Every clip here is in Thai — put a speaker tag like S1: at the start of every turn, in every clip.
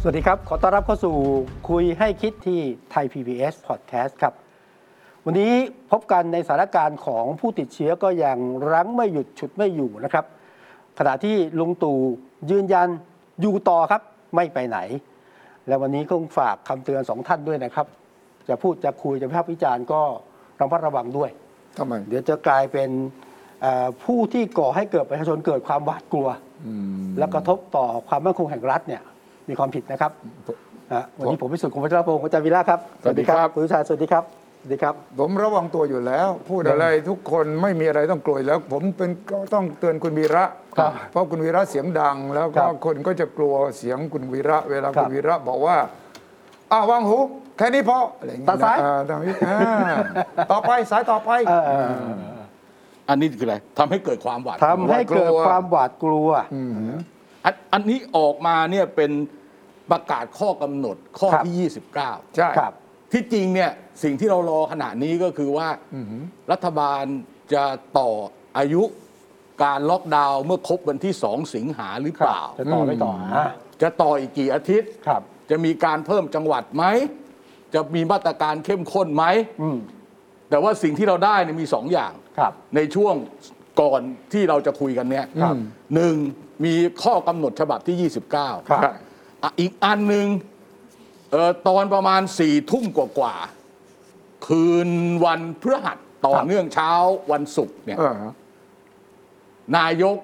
S1: สวัสดีครับ ขอต้อนรับเข้าสู่คุยให้คิดที่ไทย PBS Podcast ครับ วันนี้พบกันในสถานการณ์ของผู้ติดเชื้อก็ยังรั้งไม่หยุดฉุดไม่อยู่นะครับ ขณะที่ลุงตู่ยืนยันอยู่ต่อครับไม่ไปไหน และวันนี้ก็คงฝากคำเตือนสองท่านด้วยนะครับ จะพูดจะคุยจะวิพากษ์วิจารณ์ก็ระมัดระวังด้วย
S2: ทำไม
S1: เดี๋ยวจะกลายเป็นเอ่อผู้ที่ก่อให้เกิดประชาชนเกิดความหวาดกลัว
S2: อืม
S1: และกระทบต่อความมั่นคงแห่งรัฐเนี่ยมีความผิดนะครับ ฮะวันนี้ผมพิสุทธิ์คงพัชรพงศ์อาจารย์วีระครับ
S2: สวัสดีครับ
S1: คุณวิชาสวัสดีครับ สวัสดีครับ
S2: ผมระวังตัวอยู่แล้ว พูดอะไรทุกคนไม่มีอะไรต้องกลัวอยู่แล้ว ผมเป็นก็ต้องเตือนคุณวีระ
S1: ครับ
S2: เพราะคุณวีระเสียงดัง แล้ว
S1: ครั
S2: ก็
S1: บ
S2: คนก็จะกลัวเสียงคุณวีระ เวลา
S1: ครั
S2: คุ
S1: บ
S2: ณวีระบอกว่าอ้าววางหูแค่นี้พออะไรอย่างเงี้
S1: ตัดสาย
S2: เออตรงนี้อ่าต่อไปสายต่อไป
S1: เอ่อ
S3: อันนี้คืออะไรทำให้เกิดความหวาดกลัว
S1: ทำให้เกิดความหวาดกลัว
S3: อันอันนี้ออกมาเนี่ยเป็นประกาศข้อกำหนดข้อ
S1: ครับ
S3: ที่
S2: ใช่
S1: ครับ
S3: 29 ที่จริงเนี่ยสิ่งที่เรารอขณะนี้ก็คือว่ารัฐบาลจะต่ออายุการล็อกดาวน์เมื่อครบวันที่ 2 สิงหาหรือ
S1: ค
S3: เป
S1: รับจะ
S3: ล่า
S1: ต่อไม่ต่อฮะ
S3: จะต่ออีกกี่อาทิตย์
S1: ครับ
S3: จะมีการเพิ่มจังหวัดไหม จะมีมาตรการเข้มข้นไหม
S1: อืม
S3: แต่ว่าสิ่งที่เราได้เนี่ยมีสองอย่าง
S1: ครับ
S3: ในช่วงก่อนที่เราจะคุยกันเนี่ย
S1: ครับ
S3: หนึ่งมีข้อกำหนดฉบับที่ 29
S1: ครับ
S3: อ่ะอีกอันหนึ่งเอ่อตอนประมาณ4ี่ทุ่มกว่าๆคืนวันพฤหัสต่อ
S1: ครับ
S3: เนื่องเช้าวันศุกร์เนี่ย
S2: เออ
S3: นายก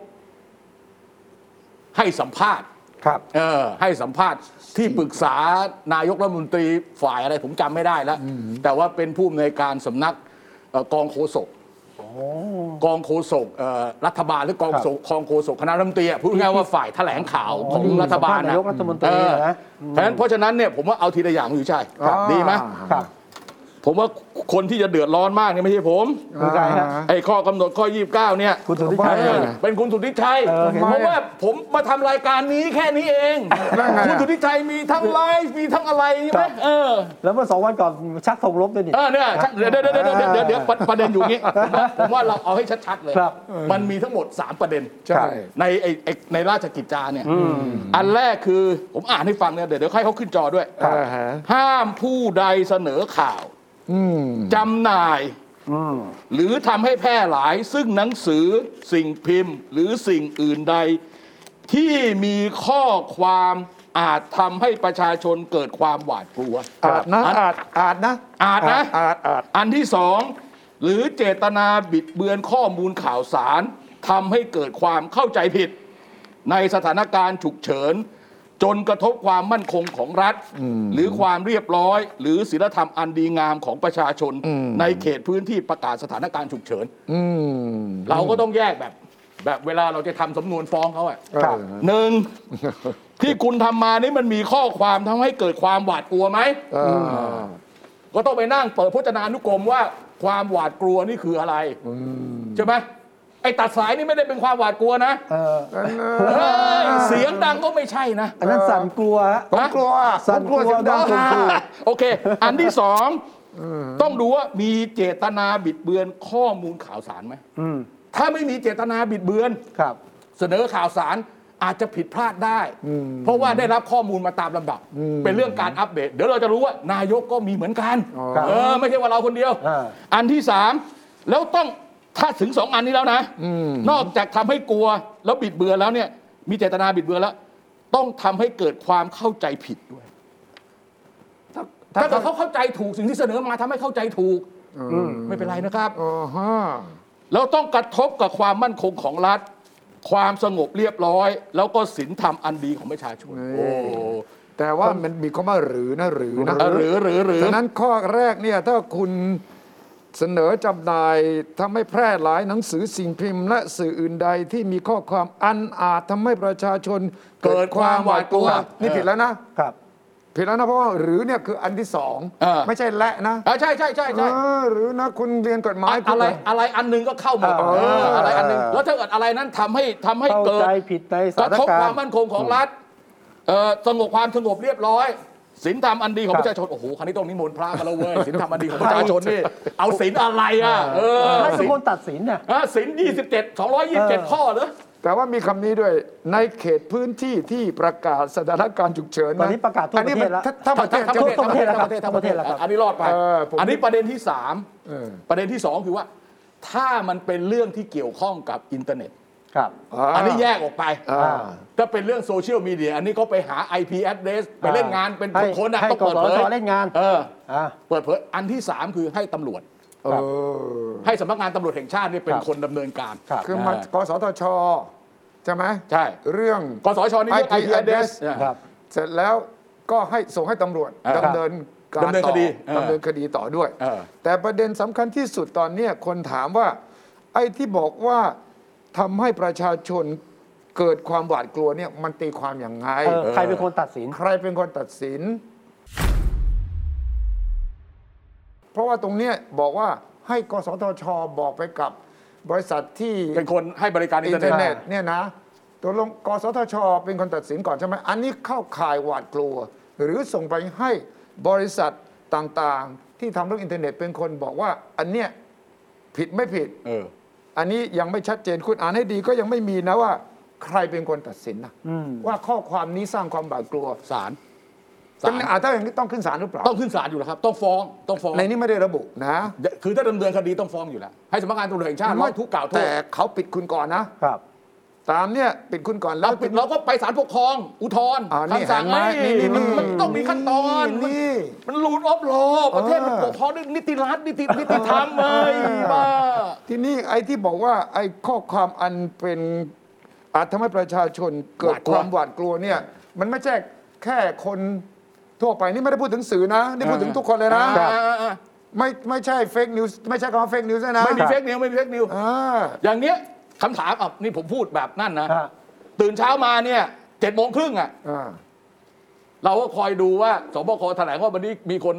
S3: ให้สัมภาษณ์
S1: ครับ
S3: เออให้สัมภาษณ์ที่ปรึกษานายกรัฐมนตรีฝ่ายอะไรผมจำไม่ได้แล้ว แต่ว่าเป็นผู้อำนวยการสำนักเอ่อกองโฆษก กองโฆษกเอ่อรัฐบาลหรือกอง
S1: ครับ
S3: โศกกองโฆษกคณะรัฐมนตรีอะพูดง่ายๆว่าฝ่ายแถลงข่าวของรัฐบา
S1: สัมภา
S3: ล
S1: ษณ์นายกรัฐมนตรี
S3: เออ
S1: นะ
S3: เพราะฉะนั้นเพราะฉะนั้นเนี่ยผมว่าเอาทีละอย่างคุณอยู่ใช่
S2: ครับ
S3: ดีไหม
S1: ครับ
S3: ผมว่าคนที่จะเดือดร้อนมากเนี่ยไม่ใช่ผม
S1: คุณกายฮะ
S3: ไอ้ข้อกำหนดข้อ 29 เนี่ย
S1: คุณสุทธิชัย
S3: เออเป็นคุณสุทธิชัย
S1: เออเห็นไหม
S3: เพราะว่าผมมาทำรายการนี้แค่นี้เอง
S2: แล้วไงอะ
S3: คุณสุทธิชัยมีทั้งไลฟ์มีทั้งอะไรใช่ไหมเออ
S1: แล้วเมื่อสองวันก่อนชักธงรบด้วยนี่
S3: เออเนี่ยชัดเดี๋ยวเดี๋ยวเดี๋ยวเดี๋ยวเดี๋ยวเดี๋ยวประประเด็นอยู่งี้ผมว่าผมว่าเราเอาให้ชัดๆเลย
S1: ครับ
S3: มันมีทั้งหมด 3 ประเด็น
S2: ใช่
S3: ในไอ้ไอ้ในราชกิจจาเนี่ยอันแรกคือผมอ่านให้ฟังเนี่ยเดี๋ยวเดี๋ยวให้เขาขึ้นจอด้วย
S2: อ่าฮะ
S3: ห้ามผู้ใดเสนอข่าว
S2: อืม
S3: จำหน่าย
S1: อืม
S3: หรือทำให้แพร่หลายซึ่งหนังสือสิ่งพิมพ์ หรือสิ่งอื่นใด ที่มีข้อความอาจทำให้ประชาชนเกิดความหวาดกลัว
S2: อาจนะอาจอาจนะ
S3: อาจนะ
S2: อาจอาจ
S3: อันที่สองหรือเจตนาบิดเบือนข้อมูลข่าวสารทำให้เกิดความเข้าใจผิด ในสถานการณ์ฉุกเฉิน จนกระทบความมั่นคงของรัฐ หรือความเรียบร้อย หรือศีลธรรมอันดีงามของประชาชน
S2: อืม
S3: ในเขตพื้นที่ประกาศสถานการณ์ฉุกเฉิน
S2: อืม
S3: เราก็ต้องแยกแบบ แบบเวลาเราจะทำสำนวนฟ้องเขาอะ
S1: ครับ
S2: เออ
S3: หนึ่ง ที่คุณทำมานี่มันมีข้อความทำให้เกิดความหวาดกลัวไหม
S2: เออ
S3: ก็ต้องไปนั่งเปิดพจนานุกรมว่าความหวาดกลัวนี่คืออะไรใช่ไหมไอ้ตัดสายนี่ไม่ได้เป็นความหวาดกลัวนะ
S1: เออ
S3: เฮ้ยเสียงดังก็ไม่ใช่นะ
S1: อันนั้นสั่นกลัวฮะ
S2: ผมกลัวผ
S1: สั่น
S2: มกลัว
S1: กลัว
S2: เสียงดัง
S1: บ้า ถูก
S3: โอเค อันที่สองต้องดูว่ามีเจตนาบิดเบือนข้อมูลข่าวสารไหม
S1: อืม
S3: ถ้าไม่มีเจตนาบิดเบือน
S1: ครับ
S3: เสนอข่าวสารอาจจะผิดพลาดได้ เพราะว่าได้รับข้อมูลมาตามลำดับ เป็นเรื่องการอัปเดต เดี๋ยวเราจะรู้ว่านายกก็มีเหมือนกัน เออ ไม่ใช่ว่าเราคนเดียว
S1: อ่า
S3: อันที่สามแล้วต้องถ้าถึงสองอันนี้แล้วนะ นอกจากทำให้กลัวแล้วบิดเบือนแล้วเนี่ย มีเจตนาบิดเบือนแล้ว ต้องทำให้เกิดความเข้าใจผิดด้วย ถ้าเกิดเขาเข้าใจถูกสิ่งที่เสนอมาทำให้เข้าใจถูกไม่เป็นไรนะครับ
S2: อ๋อฮะ
S3: แล้วต้องกระทบกับความมั่นคงของรัฐ ความสงบเรียบร้อย แล้วก็ศีลธรรมอันดีของประชาชนโอ้
S2: แต่ว่ามันมีคำว่าหรือนะหรือนะ
S3: หรือหรือหรือ
S2: ฉะนั้นข้อแรกเนี่ยถ้าคุณเสนอจำหน่ายทำให้แพร่หลายหนังสือสิ่งพิมพ์ และสื่ออื่นใดที่มีข้อความอันอาจทำให้ประชาชนนี่ผิดแล้วนะ
S1: ครับ
S2: ผิดแล้วนะเพราะว่าหรือเนี่ยคืออันที่สอง
S3: เออ
S2: ไม่ใช่และนะ
S3: อ่าใช่ใช่ใช่ใช่
S2: เออหรือนะคุณเรียนกฎหมายคุณ
S3: อะไรอะไรอันหนึงก็เข้าหมด
S1: เออ
S3: เอออะไรอันหนึงแล้วถ้าเกิดอะไรนั้นทำให้ทำให้
S1: เข้า
S3: เกิด
S1: ใจผิดในส
S3: ก
S1: ถา
S3: ระ
S1: น
S3: ทบ
S1: การ
S3: ความ
S1: ณ์
S3: มั่นคงของรัฐเอ่อสงบความสงบเรียบร้อยศีลธรรมอันดีของ
S1: ครั
S3: ป
S1: บ
S3: ระชาชนโอ้โหคราวนี้ต้องนิมนต์พระมาแล้วเว้ยศีลธรรมอันดีของประชาชนนี่เอาศีลอะไรอ่ะเออ
S1: ใครเป็
S3: ศี
S1: น
S3: ล
S1: คนตัดสินเนี่ย
S3: อ่ะศีล27 227 ข้อเหรอ
S2: แต่ว่ามีคำนี้ด้วยในเขตพื้นที่ที่ประกาศสถานการณ์ฉุกเฉิน
S1: ตอนนี้ประกาศทั่ว
S2: อันนี้มัน
S1: ประเทศแล้ว
S2: ถ้าถ้าประเทศ
S1: ทั้
S2: จะ
S1: ง ประเทศแล้วครับ
S3: ทั้งประเทศ
S1: ทั้งประเทศแล้วครับ
S3: อันนี้รอดไป
S2: เออผม
S3: อันนี้ประเด็นที่สาม
S2: เออ
S3: ประเด็นที่สองคือว่า ถ้ามันเป็นเรื่องที่เกี่ยวข้องกับอินเทอร์เน็ต
S1: ครับ
S3: อันนี้แยกออกไป
S2: อ่า
S3: ถ้าเป็นเรื่องโซเชียลมีเดียอันนี้ก็ไปหา IP address ไปเล่นงานเป็น
S1: ให้
S3: คนๆนะ
S1: ให้
S3: ต้องเปิดเผ
S1: กส
S3: ย
S1: ทเล่นงาน
S3: เออ
S1: อ่า
S3: เปิดเผยอันที่ 3 คือให้ตำรวจ
S2: เออ
S3: ให้สำนักงานตำรวจแห่งชาติเนี่ยเป็นคนดำเนินการ
S1: ครับ
S2: คือมันกสทชใช่ไหม
S3: ใช่
S2: เรื่อง
S3: กสชนี่เรียก
S2: IP
S3: IP address
S2: address
S3: เนี่ย
S1: ครับ
S2: เสร็จแล้วก็ให้ส่งให้ตำรวจ
S3: อ่า
S2: ดำเนินการ
S3: ดำเนิน
S2: ต่
S3: ค
S2: อ
S3: ดีเออ
S2: ดำเนินคดีต่อด้วย
S3: เออ
S2: แต่ประเด็นสำคัญที่สุดตอนเนี้ยคนถามว่า ไอ้ที่บอกว่าทำให้ประชาชนเกิดความหวาดกลัวเนี่ยมันตีความอย่างไง
S1: เออใครเป็นคนตัดสิน
S2: ใครเป็นคนตัดสิน เพราะว่าตรงเนี้ยบอกว่าให้กสทชบอกไปกับบริษัทที่
S3: เป็นคนให้บริการอิ
S2: อิ
S3: น
S2: นเท
S3: เทอ
S2: อ
S3: ร์
S2: ร์
S3: เน็
S2: เน็
S3: ต
S2: ตเนี่ยนะตกลงกสทช เป็นคนตัดสินก่อนใช่ไหมอันนี้เข้าข่ายหวาดกลัว หรือส่งไปให้บริษัทต่างๆ ที่ทำเรื่องอินเทอร์เน็ตเป็นคนบอกว่า อันเนี้ยผิดไม่ผิด
S3: เออ
S2: อันนี้ยังไม่ชัดเจนคุณอ่านให้ดีก็ยังไม่มีนะว่า ใครเป็นคนตัดสินนะ
S1: อืม
S2: ว่าข้อความนี้สร้างความหวาดกลัว
S3: ศาล ศา
S2: ต้
S3: ล
S2: องอาจจะอย่างนี้ต้องขึ้นศาลหรือเปล่า
S3: ต้องขึ้นศาลอยู่แล้วครับ ต้องฟ้อง ต้องฟ้อง
S2: ในนี้ไม่ได้ระบุนะ
S3: คือถ้าดำเนินคดีต้องฟ้องอยู่แล้ว ให้สำนักงานตำรวจแห่งชาติร้องทุกข์กล่าวโท
S2: แต่
S3: ษ
S2: เขาปิดคุณก่อนนะ
S1: ครับ
S2: ตามเนี่ยปิดคุณก่อนแล้
S3: เรา
S2: ว
S3: ปิดเราก็ไปศาลปกครอง อุทธรณ์
S2: อ่านี่
S3: คำสั่ง
S2: เห็นไหม
S3: ไอ้
S2: นี่นี่
S3: มัน
S2: นี่
S3: มันต้องมีขั้นตอน
S2: นี่
S3: มัน
S2: นี่
S3: มันรูดออฟลอประเทศมัน
S2: เออ
S3: ปกครองด้วยนิติรัฐนิตินิติธรรมเลยบ้า
S2: ทีนี้ไอ้ที่บอกว่าไอ้ข้อความอันเป็นอาจทำให้ประชาชนเกิด
S3: ห
S2: คว
S3: วาดกลั
S2: วามหวาดกลัวเนี่ย มันไม่ใช่แค่คนทั่วไปนี่ไม่ได้พูดถึงสื่อนะ นี่พูดถึงทุกคนเลยนะ
S3: อ่าอ่าอ่า
S2: ไม่ไม่ใช่เฟกนิวส์ไม่ใช่คำว่าเฟกนิวส์นะ
S3: ไม่มีเฟกนิวไม่มีเฟกนิว
S2: อ่า
S3: อย่างเนี้ยคำถามอ่ะนี่ผมพูดแบบนั่นนะ
S1: ฮะ
S3: ตื่นเช้ามาเนี่ยเจ็ดโมงครึ่งอ่ะ
S2: อ่า
S3: เราก็คอยดูว่าสบคแถลงว่าวันนี้มีคน